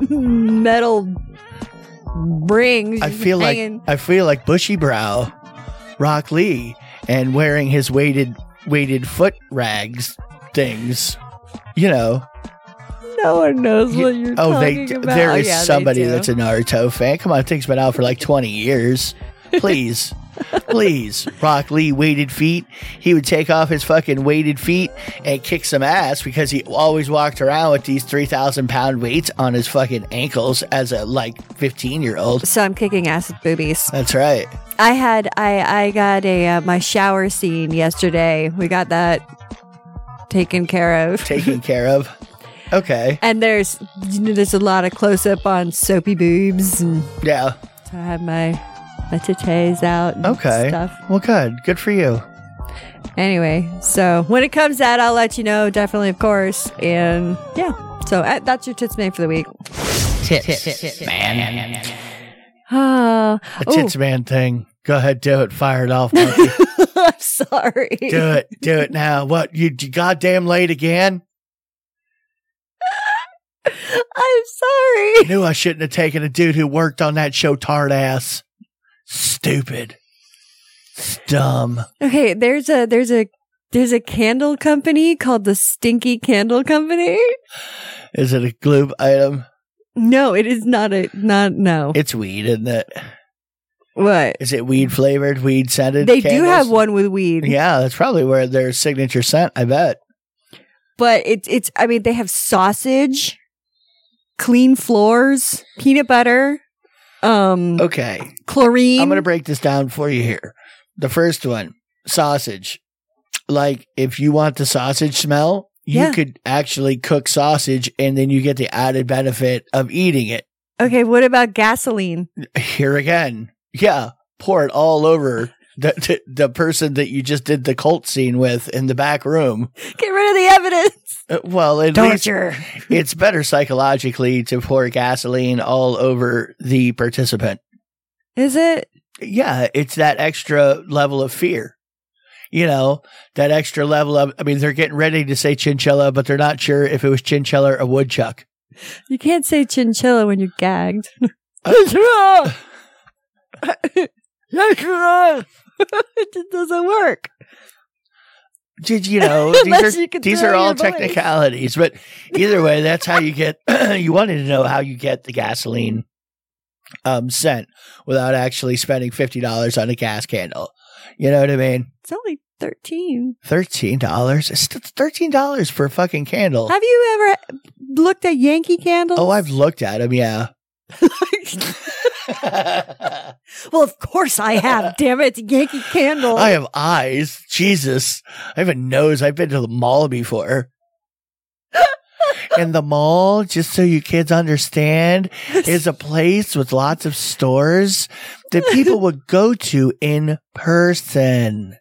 Speaker 1: metal rings.
Speaker 2: I feel
Speaker 1: hanging.
Speaker 2: like I feel like bushy brow, Rock Lee, and wearing his weighted weighted foot rags things. You know,
Speaker 1: no one knows
Speaker 2: you-
Speaker 1: what you're
Speaker 2: oh, they
Speaker 1: talking about.
Speaker 2: there
Speaker 1: Oh,
Speaker 2: is
Speaker 1: yeah, they
Speaker 2: somebody
Speaker 1: do.
Speaker 2: that's a Naruto fan. Come on, thing's been out for like twenty years. Please, please, Rock Lee weighted feet. He would take off his fucking weighted feet and kick some ass because he always walked around with these three thousand pound weights on his fucking ankles as a like fifteen year old.
Speaker 1: so I'm kicking ass with boobies.
Speaker 2: That's right.
Speaker 1: I had I I got a uh, my shower scene yesterday. We got that taken care of.
Speaker 2: taken care of. Okay.
Speaker 1: and there's you know, there's a lot of close up on soapy boobs and
Speaker 2: Yeah.
Speaker 1: So I had my my titties out and
Speaker 2: Okay.
Speaker 1: stuff.
Speaker 2: Well, good. Good for you.
Speaker 1: Anyway, so when it comes out, I'll let you know. Definitely, of course, and yeah. So uh, that's your tits man for the week.
Speaker 2: Man.
Speaker 1: Oh,
Speaker 2: A tits man thing. Go ahead, do it. Fire it off. monkey.
Speaker 1: I'm sorry.
Speaker 2: do it. Do it now. What? You, you goddamn late again?
Speaker 1: I'm sorry.
Speaker 2: Knew I shouldn't have taken a dude who worked on that show, Tard Ass. Stupid. Dumb.
Speaker 1: Okay, there's a there's a there's a candle company called the Stinky Candle Company.
Speaker 2: Is it a gloob item?
Speaker 1: No, it is not a not no.
Speaker 2: It's weed, isn't it?
Speaker 1: what
Speaker 2: Is it weed flavored, weed scented?
Speaker 1: they do
Speaker 2: candles?
Speaker 1: have one with weed.
Speaker 2: Yeah, that's probably where their signature scent, I bet.
Speaker 1: but it's it's i mean they have sausage clean floors peanut butter um
Speaker 2: Okay.
Speaker 1: chlorine
Speaker 2: I'm going to break this down for you here. The first one, sausage. Like if you want the sausage smell, you
Speaker 1: Yeah.
Speaker 2: could actually cook sausage and then you get the added benefit of eating it.
Speaker 1: okay what about gasoline
Speaker 2: Here again. Yeah, pour it all over the, the the person that you just did the cult scene with in the back room.
Speaker 1: Get rid of the evidence.
Speaker 2: Uh, Well, at least
Speaker 1: Torture.
Speaker 2: it's better psychologically to pour gasoline all over the participant.
Speaker 1: Is it?
Speaker 2: Yeah, it's that extra level of fear. You know, that extra level of, I mean, they're getting ready to say chinchilla, but they're not sure if it was chinchilla or woodchuck.
Speaker 1: You can't say chinchilla when you're gagged. it doesn't work.
Speaker 2: Did you know these
Speaker 1: Unless
Speaker 2: are
Speaker 1: you can
Speaker 2: these
Speaker 1: throw
Speaker 2: are all
Speaker 1: your voice.
Speaker 2: technicalities, but either way, that's how you get. you wanted to know how you get the gasoline um, scent without actually spending fifty dollars on a gas candle. You know what I mean?
Speaker 1: It's only 13.
Speaker 2: Thirteen dollars. It's st- thirteen dollars for a fucking candle.
Speaker 1: Have you ever looked at Yankee candles?
Speaker 2: Oh, I've looked at them. Yeah.
Speaker 1: well, of course I have. Damn it, Yankee candle.
Speaker 2: I have eyes. Jesus. I have a nose. I've been to the mall before. and the mall, just so you kids understand, is a place with lots of stores that people would go to in person.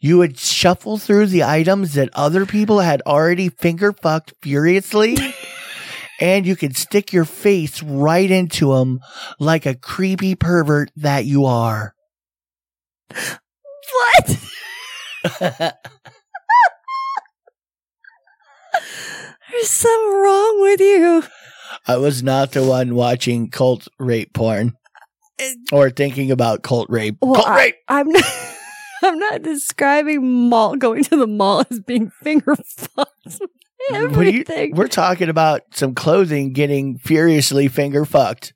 Speaker 2: You would shuffle through the items that other people had already finger fucked furiously. And you could stick your face right into them like a creepy pervert that you are.
Speaker 1: what? There's something wrong with you.
Speaker 2: I was not the one watching cult rape porn or thinking about cult rape.
Speaker 1: Well,
Speaker 2: cult
Speaker 1: I-
Speaker 2: rape.
Speaker 1: I'm not. I'm not describing mall going to the mall as being finger fucked.
Speaker 2: What do you-
Speaker 1: Everything.
Speaker 2: we're talking about some clothing getting furiously finger fucked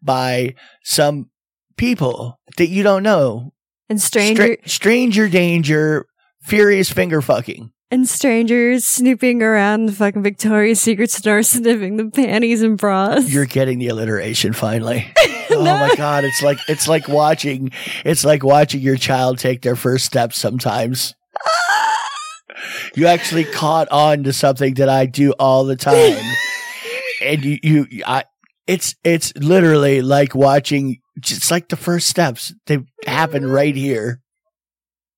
Speaker 2: by some people that you don't know.
Speaker 1: and stranger
Speaker 2: Stra- stranger danger, furious finger fucking.
Speaker 1: and strangers snooping around the fucking Victoria's Secret store, sniffing the panties and bras.
Speaker 2: You're getting the alliteration finally. Oh my god, it's like it's like watching it's like watching your child take their first steps sometimes. You actually caught on to something that I do all the time. And you you I it's it's literally like watching it's like the first steps. They happen right here.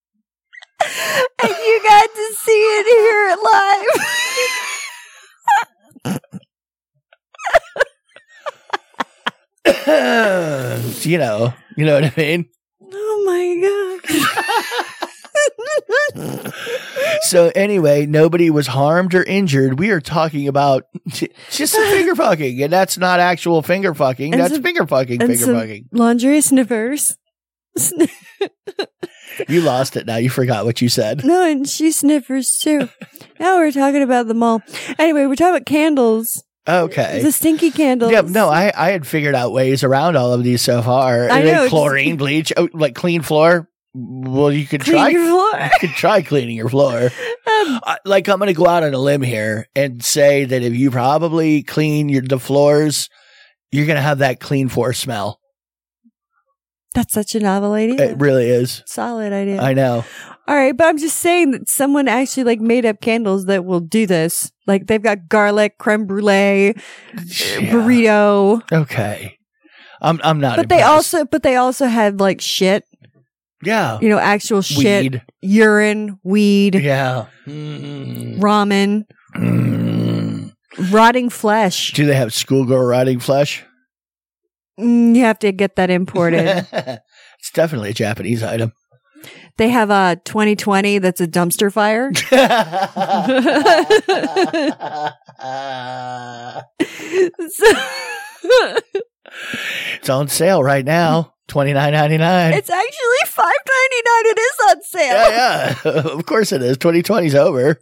Speaker 1: and you got to see it hear it live.
Speaker 2: you know, you know what I mean?
Speaker 1: Oh my god.
Speaker 2: So anyway, nobody was harmed or injured. We are talking about j- just some finger fucking, and that's not actual finger fucking.
Speaker 1: And
Speaker 2: that's
Speaker 1: some-
Speaker 2: finger fucking,
Speaker 1: and
Speaker 2: finger
Speaker 1: some-
Speaker 2: fucking.
Speaker 1: Laundry sniffers. Sn-
Speaker 2: You lost it now. You forgot what you said.
Speaker 1: no, and she sniffers too. Now we're talking about the mall. Anyway, we're talking about candles.
Speaker 2: Okay.
Speaker 1: The stinky candles.
Speaker 2: Yeah, no, I, I had figured out ways around all of these so far.
Speaker 1: I
Speaker 2: And then
Speaker 1: know, just-
Speaker 2: chlorine, bleach, oh, like clean floor. Well, you could
Speaker 1: Clean
Speaker 2: try.
Speaker 1: your floor.
Speaker 2: you could try cleaning your floor.
Speaker 1: Um,
Speaker 2: I, like I'm going to go out on a limb here and say that if you probably clean your the floors, you're going to have that clean floor smell.
Speaker 1: that's such a novel idea.
Speaker 2: It really is.
Speaker 1: Solid idea.
Speaker 2: I know.
Speaker 1: All right, but I'm just saying that someone actually like made up candles that will do this. Like they've got garlic, creme brulee,
Speaker 2: Yeah.
Speaker 1: burrito,
Speaker 2: Okay. I'm I'm not.
Speaker 1: but they
Speaker 2: impressed.
Speaker 1: also but they also had like shit,
Speaker 2: yeah
Speaker 1: you know, actual shit,
Speaker 2: weed
Speaker 1: urine, weed,
Speaker 2: yeah.
Speaker 4: Mm-hmm.
Speaker 2: Mm.
Speaker 1: ramen,
Speaker 2: Mm.
Speaker 1: rotting flesh.
Speaker 2: Do they have schoolgirl riding flesh?
Speaker 1: Mm, you have to get that imported.
Speaker 2: it's definitely a Japanese item.
Speaker 1: they have a 2020 that's a dumpster fire.
Speaker 2: it's
Speaker 1: So-
Speaker 2: on sale right now. Twenty nine ninety nine.
Speaker 1: it's actually 5.99 it is on sale.
Speaker 2: Yeah, yeah. of course it is. Twenty twenty's over.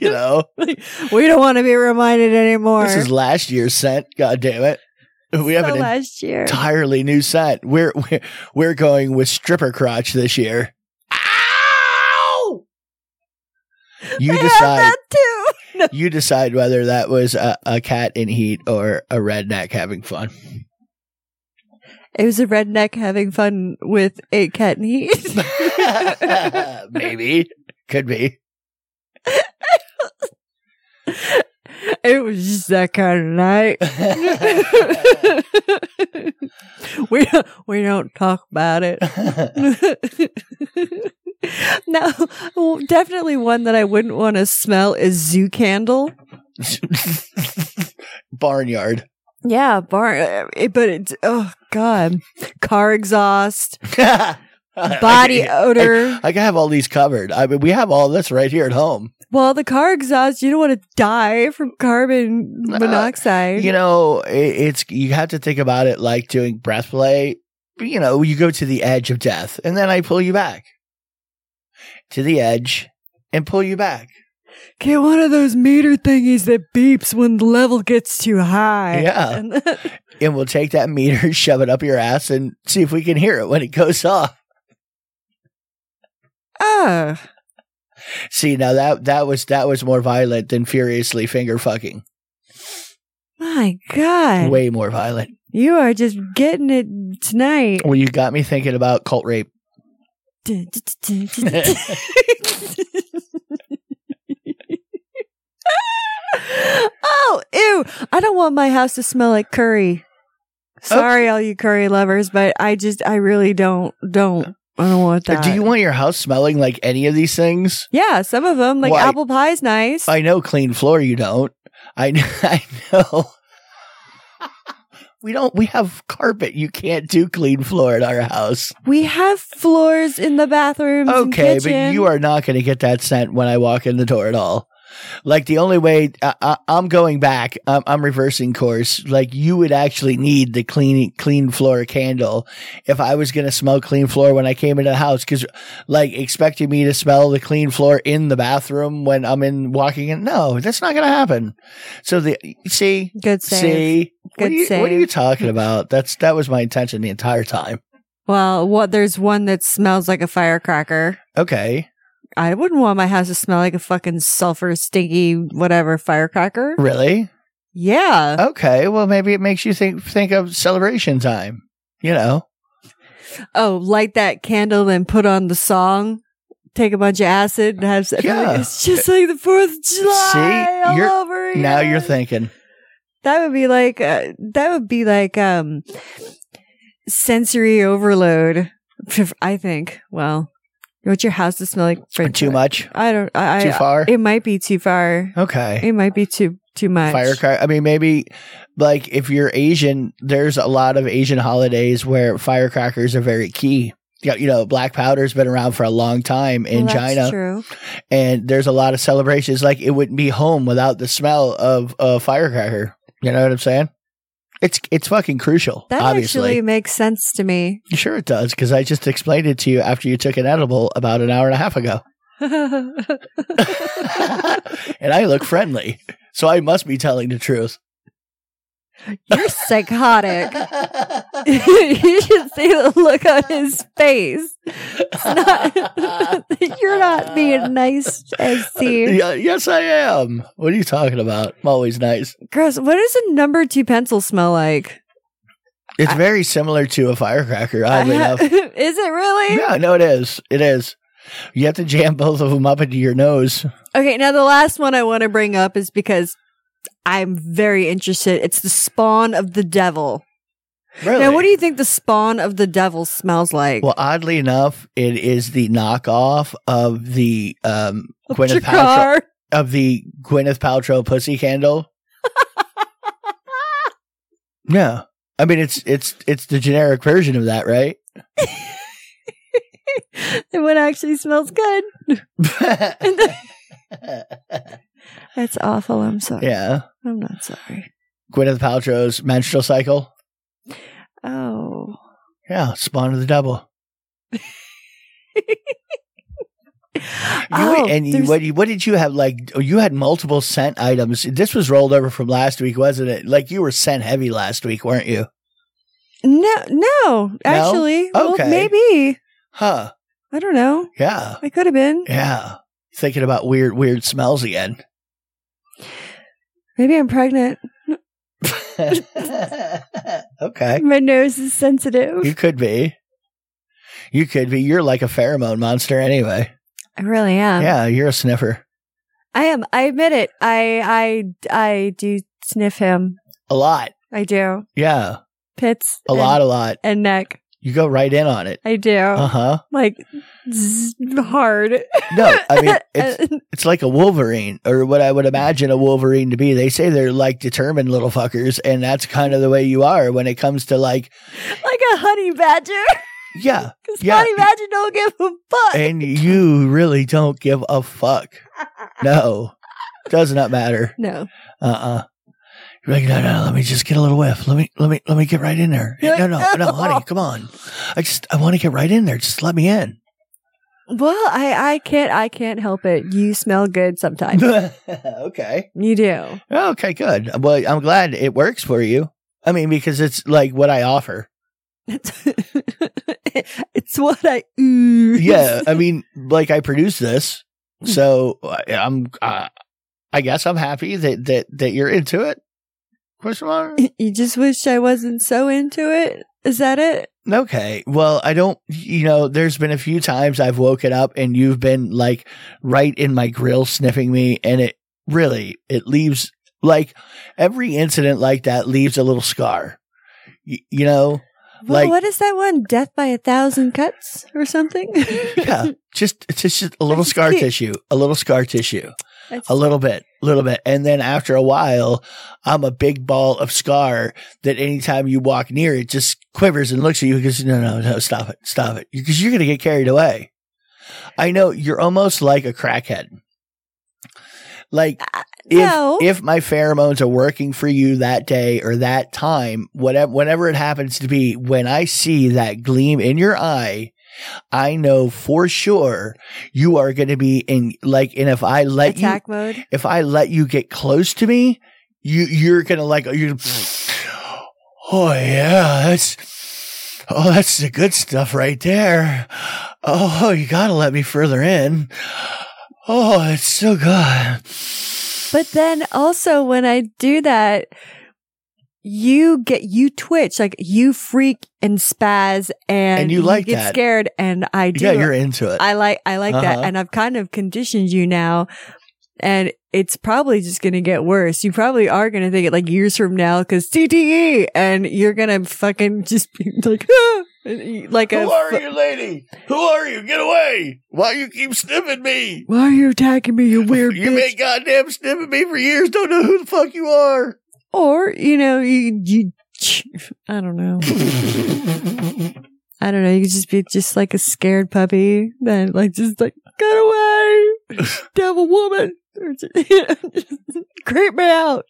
Speaker 2: You know,
Speaker 1: We don't want to be reminded anymore.
Speaker 2: this is last year's scent. God damn it. We have
Speaker 1: So
Speaker 2: an
Speaker 1: last year.
Speaker 2: entirely new set. We're we're, we're going with stripper crotch this year. Ow! You
Speaker 1: I have
Speaker 2: decide.
Speaker 1: that too.
Speaker 2: You decide whether that was a, a cat in heat or a redneck having fun.
Speaker 1: It was a redneck having fun with a cat and heat.
Speaker 2: Maybe could be.
Speaker 1: It was just that kind of night. we don't, we don't talk about it. now, well, definitely one that I wouldn't want to smell is zoo candle.
Speaker 2: Barnyard.
Speaker 1: Yeah, bar, it, but it's oh god, car exhaust, body
Speaker 2: I,
Speaker 1: odor.
Speaker 2: I can have all these covered. I mean, we have all this right here at home.
Speaker 1: well, the car exhaust, you don't want to die from carbon
Speaker 2: Uh,
Speaker 1: monoxide.
Speaker 2: You know, it, it's you have to think about it like doing breath play. You know, you go to the edge of death, and then I pull you back to the edge and pull you back.
Speaker 1: Get one of those meter thingies that beeps when the level gets too high.
Speaker 2: Yeah.
Speaker 1: And then-
Speaker 2: And we'll take that meter, shove it up your ass, and see if we can hear it when it goes off.
Speaker 1: Ah,
Speaker 2: See, now that that was that was more violent than furiously finger fucking.
Speaker 1: my God.
Speaker 2: Way more violent.
Speaker 1: You are just getting it tonight.
Speaker 2: Well, you got me thinking about cult rape.
Speaker 1: oh, ew. I don't want my house to smell like curry. Sorry, all you curry lovers, but I just, I really don't, don't, I don't want that.
Speaker 2: Do you want your house smelling like any of these things?
Speaker 1: Yeah, some of them, like
Speaker 2: Why?
Speaker 1: apple pie's nice.
Speaker 2: I know clean floor you don't. I kn- I know. we don't we have carpet. You can't do clean floor at our house.
Speaker 1: we have floors in the bathrooms. and
Speaker 2: Okay, but
Speaker 1: kitchen.
Speaker 2: you are not going to get that scent when I walk in the door at all. Like the only way I, I, I'm going back, I'm, I'm reversing course. Like you would actually need the clean clean floor candle if I was going to smell clean floor when I came into the house because like expecting me to smell the clean floor in the bathroom when I'm in walking in. No, that's not going to happen. So the see
Speaker 1: Good save.
Speaker 2: see what
Speaker 1: Good
Speaker 2: are, you, what are
Speaker 1: save.
Speaker 2: you talking about? That's that was my intention the entire time.
Speaker 1: Well, what there's one that smells like a firecracker.
Speaker 2: Okay,
Speaker 1: I wouldn't want my house to smell like a fucking sulfur stinky whatever firecracker.
Speaker 2: really?
Speaker 1: Yeah.
Speaker 2: Okay, well maybe it makes you think think of celebration time. You know,
Speaker 1: Oh, light that candle then put on the song. Take a bunch of acid and have sex.
Speaker 2: Yeah.
Speaker 1: It's just like the Fourth of July all
Speaker 2: you're-
Speaker 1: over again.
Speaker 2: now you're thinking.
Speaker 1: that would be like uh, that would be like um sensory overload. I think. Well, you want your house to smell like French
Speaker 2: Too
Speaker 1: fry.
Speaker 2: much,
Speaker 1: I don't. I, I
Speaker 2: too far.
Speaker 1: It might be too far.
Speaker 2: Okay,
Speaker 1: It might be too too much.
Speaker 2: firecracker. I mean, maybe like if you're Asian, there's a lot of Asian holidays where firecrackers are very key. You know- You know, black powder's been around for a long time in
Speaker 1: Well, that's
Speaker 2: China,
Speaker 1: True.
Speaker 2: and there's a lot of celebrations. Like it wouldn't be home without the smell of a firecracker. You know what I'm saying? It's it's fucking crucial.
Speaker 1: That
Speaker 2: obviously.
Speaker 1: actually makes sense to me.
Speaker 2: Sure, it does, because I just explained it to you after you took an edible about an hour and a half ago. and I look friendly, so I must be telling the truth.
Speaker 1: You're psychotic. you should see the look on his face. It's not, you're not being nice, SC.
Speaker 2: Yeah, yes, I am. What are you talking about? I'm always nice.
Speaker 1: Gross. What does a number two pencil smell like?
Speaker 2: It's very similar to a firecracker, oddly
Speaker 1: I ha-
Speaker 2: enough.
Speaker 1: Uh, Is it really?
Speaker 2: Yeah, no, it is. It is. You have to jam both of them up into your nose.
Speaker 1: Okay, now the last one I want to bring up is because I'm very interested. It's the spawn of the devil.
Speaker 2: Really?
Speaker 1: Now, what do you think the spawn of the devil smells like?
Speaker 2: Well, oddly enough, it is the knockoff of the um, Gwyneth Paltrow.
Speaker 1: Jakar.
Speaker 2: of the Gwyneth Paltrow pussy candle. no, I mean it's it's it's the generic version of that, right?
Speaker 1: The one actually smells good. That's awful. I'm sorry.
Speaker 2: yeah,
Speaker 1: I'm not sorry.
Speaker 2: Gwyneth Paltrow's menstrual cycle.
Speaker 1: Oh.
Speaker 2: Yeah, spawn of the devil. You-
Speaker 1: Oh,
Speaker 2: and you,
Speaker 1: there's-
Speaker 2: what, you- what did you have? Like you had multiple scent items. This was rolled over from last week, wasn't it? Like you were scent heavy last week, weren't you?
Speaker 1: No, no, actually. Well,
Speaker 2: Okay.
Speaker 1: maybe.
Speaker 2: Huh?
Speaker 1: I don't know.
Speaker 2: Yeah,
Speaker 1: I could have been.
Speaker 2: yeah. Thinking about weird, weird smells again.
Speaker 1: Maybe I'm pregnant.
Speaker 2: okay.
Speaker 1: My nose is sensitive.
Speaker 2: You could be. You could be. You're like a pheromone monster anyway.
Speaker 1: I really am.
Speaker 2: yeah, you're a sniffer.
Speaker 1: I am. I admit it. I I I do sniff him.
Speaker 2: A lot.
Speaker 1: I do
Speaker 2: Yeah.
Speaker 1: pits
Speaker 2: A
Speaker 1: and, Oh.
Speaker 2: lot, a lot.
Speaker 1: and neck.
Speaker 2: You go right in on it.
Speaker 1: I do
Speaker 2: Uh huh.
Speaker 1: like zzz, hard.
Speaker 2: No, I mean, it's, it's like a Wolverine or what I would imagine a Wolverine to be. They say they're like determined little fuckers, and that's kind of the way you are when it comes to like,
Speaker 1: like a honey badger.
Speaker 2: yeah.
Speaker 1: Because
Speaker 2: Yeah.
Speaker 1: honey badger don't give a fuck.
Speaker 2: And you really don't give a fuck. No, does not matter.
Speaker 1: no.
Speaker 2: Uh uh You're like, no, no, let me just get a little whiff. Let me, let me, let me get right in there.
Speaker 1: You're
Speaker 2: No,
Speaker 1: like,
Speaker 2: no, no, honey, come on. I just, I want to get right in there. Just let me in.
Speaker 1: Well, I I can't I can't help it. You smell good sometimes.
Speaker 2: okay.
Speaker 1: you do.
Speaker 2: Okay, good. Well, I'm glad it works for you. I mean, because it's like what I offer.
Speaker 1: it's what I ooze.
Speaker 2: Yeah, I mean, like I produce this, so I- I'm. Uh, I guess I'm happy that that that you're into it. Question mark.
Speaker 1: You just wish I wasn't so into it. Is that it?
Speaker 2: Okay. Well, I don't. You know, there's been a few times I've woken up and you've been like right in my grill sniffing me, and it really it leaves like every incident like that leaves a little scar. Y- you know.
Speaker 1: Well,
Speaker 2: Like-
Speaker 1: what is that one? Death by a thousand cuts or something?
Speaker 2: yeah, just it's just a little
Speaker 1: just
Speaker 2: scar
Speaker 1: can't-
Speaker 2: tissue, a little scar tissue,
Speaker 1: That's-
Speaker 2: a little bit, a little bit, and then after a while, I'm a big ball of scar that anytime you walk near it, just quivers and looks at you because no, no, no, stop it, stop it, because you're gonna get carried away. I know you're almost like a crackhead. Like if
Speaker 1: no.
Speaker 2: if my pheromones are working for you that day or that time, whatever whenever it happens to be, when I see that gleam in your eye, I know for sure you are going to be in like, and if I let
Speaker 1: Attack mode.
Speaker 2: you, if I let you get close to me, you you're gonna like you. Oh yeah, that's oh that's the good stuff right there. Oh, you gotta let me further in. Oh, it's so good.
Speaker 1: But then also when I do that, you get you twitch like you freak and spaz and,
Speaker 2: And you like
Speaker 1: get
Speaker 2: that.
Speaker 1: scared and I do.
Speaker 2: Yeah, you're into it.
Speaker 1: I like I like that,
Speaker 2: Uh-huh.
Speaker 1: and I've kind of conditioned you now, and it's probably just gonna get worse. You probably are gonna think it like years from now because TTE, E and you're gonna fucking just be like "Ah," and you- like a.
Speaker 2: Who are
Speaker 1: fu-
Speaker 2: you, lady? Who are you? Get away! Why you keep sniffing me?
Speaker 1: Why are you attacking me? You weird
Speaker 2: You
Speaker 1: bitch.
Speaker 2: been goddamn sniffing me for years. Don't know who the fuck you are.
Speaker 1: or you know you you. I don't know. I don't know. You could just be just like a scared puppy, then like just like get away, devil woman, Or just- you know, just creep me out.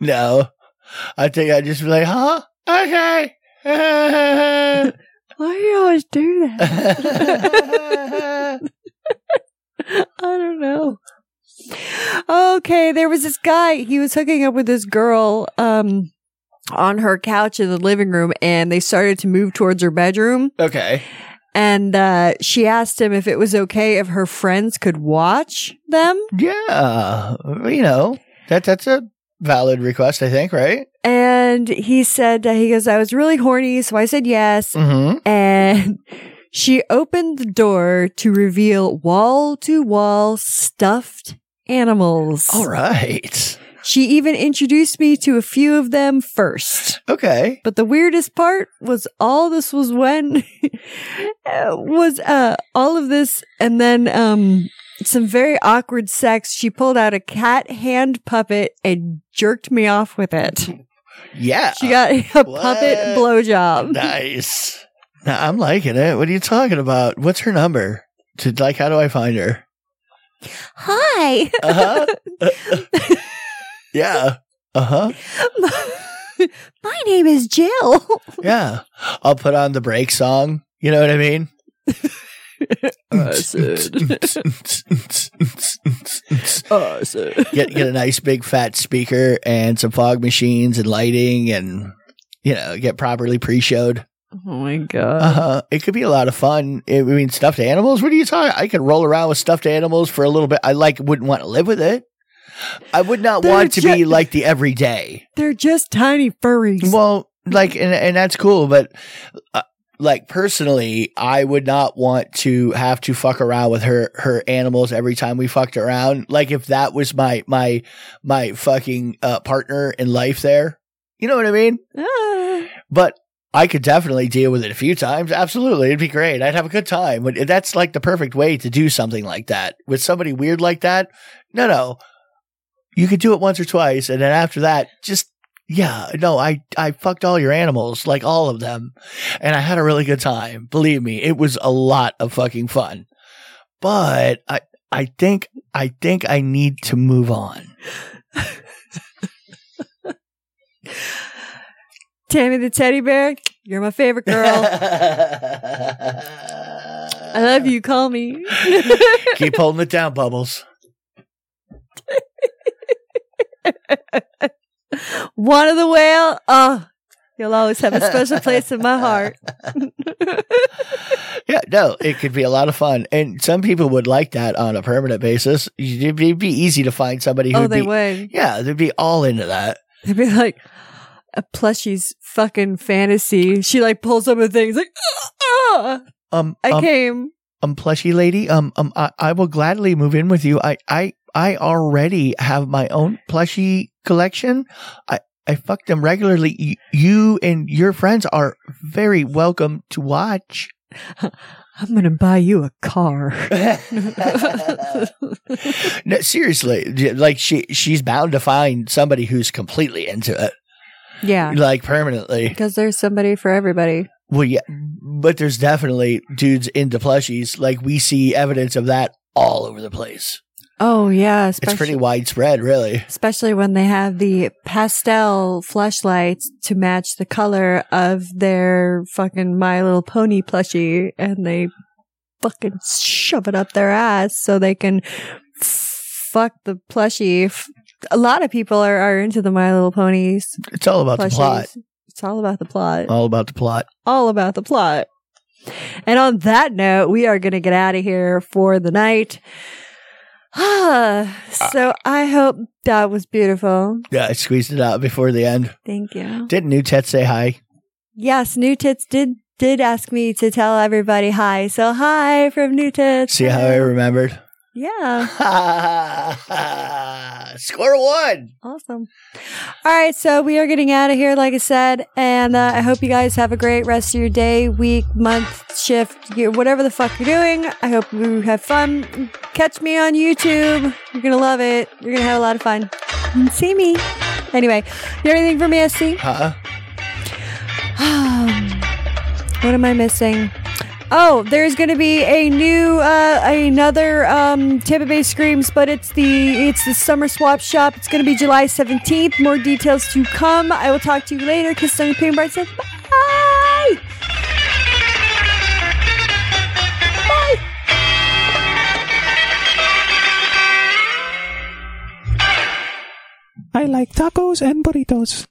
Speaker 2: No, I think I just be like, huh? Okay.
Speaker 1: Why do you always do that?
Speaker 2: I
Speaker 1: I don't know. Okay, there was this guy. He was hooking up with this girl um on her couch in the living room and they started to move towards her bedroom
Speaker 2: okay.
Speaker 1: and uh she asked him if it was okay if her friends could watch them
Speaker 2: Yeah, you know that that's a valid request. I think, right?
Speaker 1: and he said uh, he goes I was really horny so I said yes
Speaker 2: Mm-hmm.
Speaker 1: and she opened the door to reveal wall to wall stuffed animals.
Speaker 2: All right.
Speaker 1: She even introduced me to a few of them first.
Speaker 2: Okay.
Speaker 1: But the weirdest part was all this was when uh, was uh all of this and then um some very awkward sex. She pulled out a cat hand puppet and jerked me off with it.
Speaker 2: Yeah.
Speaker 1: She got a puppet
Speaker 2: Uh, What?
Speaker 1: blowjob.
Speaker 2: nice. Now, I'm liking it. What are you talking about? What's her number? To like, how do I find her?
Speaker 1: Hi.
Speaker 2: Uh huh. yeah. Uh huh.
Speaker 1: My name is Jill.
Speaker 2: Yeah. I'll put on the break song. You know what I mean? get get a nice big fat speaker and some fog machines and lighting and you know get properly pre-showed.
Speaker 1: Oh my god.
Speaker 2: Uh-huh. It could be a lot of fun. I I mean, stuffed animals. What are you talking? I could roll around with stuffed animals for a little bit. I like wouldn't want to live with it. I would not
Speaker 1: They're
Speaker 2: want to be
Speaker 1: ju-
Speaker 2: like the everyday.
Speaker 1: They're just tiny furries.
Speaker 2: Well, like, and, and that's cool, but uh, like personally, I would not want to have to fuck around with her her animals every time we fucked around. Like if that was my my my fucking uh, partner in life, there, you know what I mean.
Speaker 1: Ah.
Speaker 2: But I could definitely deal with it a few times. Absolutely, it'd be great. I'd have a good time. But That's like the perfect way to do something like that with somebody weird like that. No, no, you could do it once or twice, and then after that, just yeah, no, I I fucked all your animals, like all of them, and I had a really good time. Believe me, it was a lot of fucking fun. But I I think I think I need to move on.
Speaker 1: Tammy the teddy bear, you're my favorite girl. I love you. Call me.
Speaker 2: Keep holding it down, Bubbles.
Speaker 1: One of the whale. Oh, you'll always have a special place in my heart.
Speaker 2: Yeah, no, it could be a lot of fun, and some people would like that on a permanent basis. It'd be it'd be easy to find somebody who
Speaker 1: oh,
Speaker 2: would
Speaker 1: they
Speaker 2: be,
Speaker 1: would.
Speaker 2: yeah, they'd be all into that.
Speaker 1: They'd be like, a plushie's fucking fantasy. She like pulls up a thing. It's like, "Ah, ah,
Speaker 2: Um,
Speaker 1: I
Speaker 2: um,
Speaker 1: came.
Speaker 2: um plushy lady um um I, I will gladly move in with you i i i already have my own plushie collection i i fuck them regularly Y- you and your friends are very welcome to watch
Speaker 1: I'm going to buy you a car.
Speaker 2: no, seriously d- like she she's bound to find somebody who's completely into it
Speaker 1: yeah.
Speaker 2: like permanently
Speaker 1: Because there's somebody for everybody.
Speaker 2: well yeah but there's definitely dudes into plushies like we see evidence of that all over the place
Speaker 1: Oh, yeah.
Speaker 2: it's
Speaker 1: especially-
Speaker 2: pretty widespread really
Speaker 1: especially when they have the pastel flashlights to match the color of their fucking My Little Pony plushie and they fucking shove it up their ass so they can fuck the plushie. F- A lot of people are, are into the My Little Ponies.
Speaker 2: it's all about the plot Oh.
Speaker 1: plushies. It's all about the plot.
Speaker 2: all about the plot
Speaker 1: All about the plot. And on that note, we are going to get out of here for the night. so I hope that was beautiful.
Speaker 2: Yeah, I squeezed it out before the end.
Speaker 1: Thank you.
Speaker 2: Didn't New Tet say hi?
Speaker 1: Yes, New Tits did did ask me to tell everybody hi. So hi from New Tits.
Speaker 2: See how I remembered?
Speaker 1: Yeah,
Speaker 2: Score one.
Speaker 1: awesome. All right, so we are getting out of here, like I said, and uh, I hope you guys have a great rest of your day, week, month, shift, year, whatever the fuck you're doing. I hope you have fun. Catch me on YouTube. You're gonna love it. You're gonna have a lot of fun. See me. Anyway, you have anything for me, SC?
Speaker 2: Huh?
Speaker 1: what am I missing? Oh, there's going to be a new, uh, another um, Tampa Bay Screams, but it's the it's the summer swap shop. It's going to be July 17th. More details to come. I will talk to you later. Kiss on your pink bright side. Bye. Bye.
Speaker 10: I like tacos and burritos.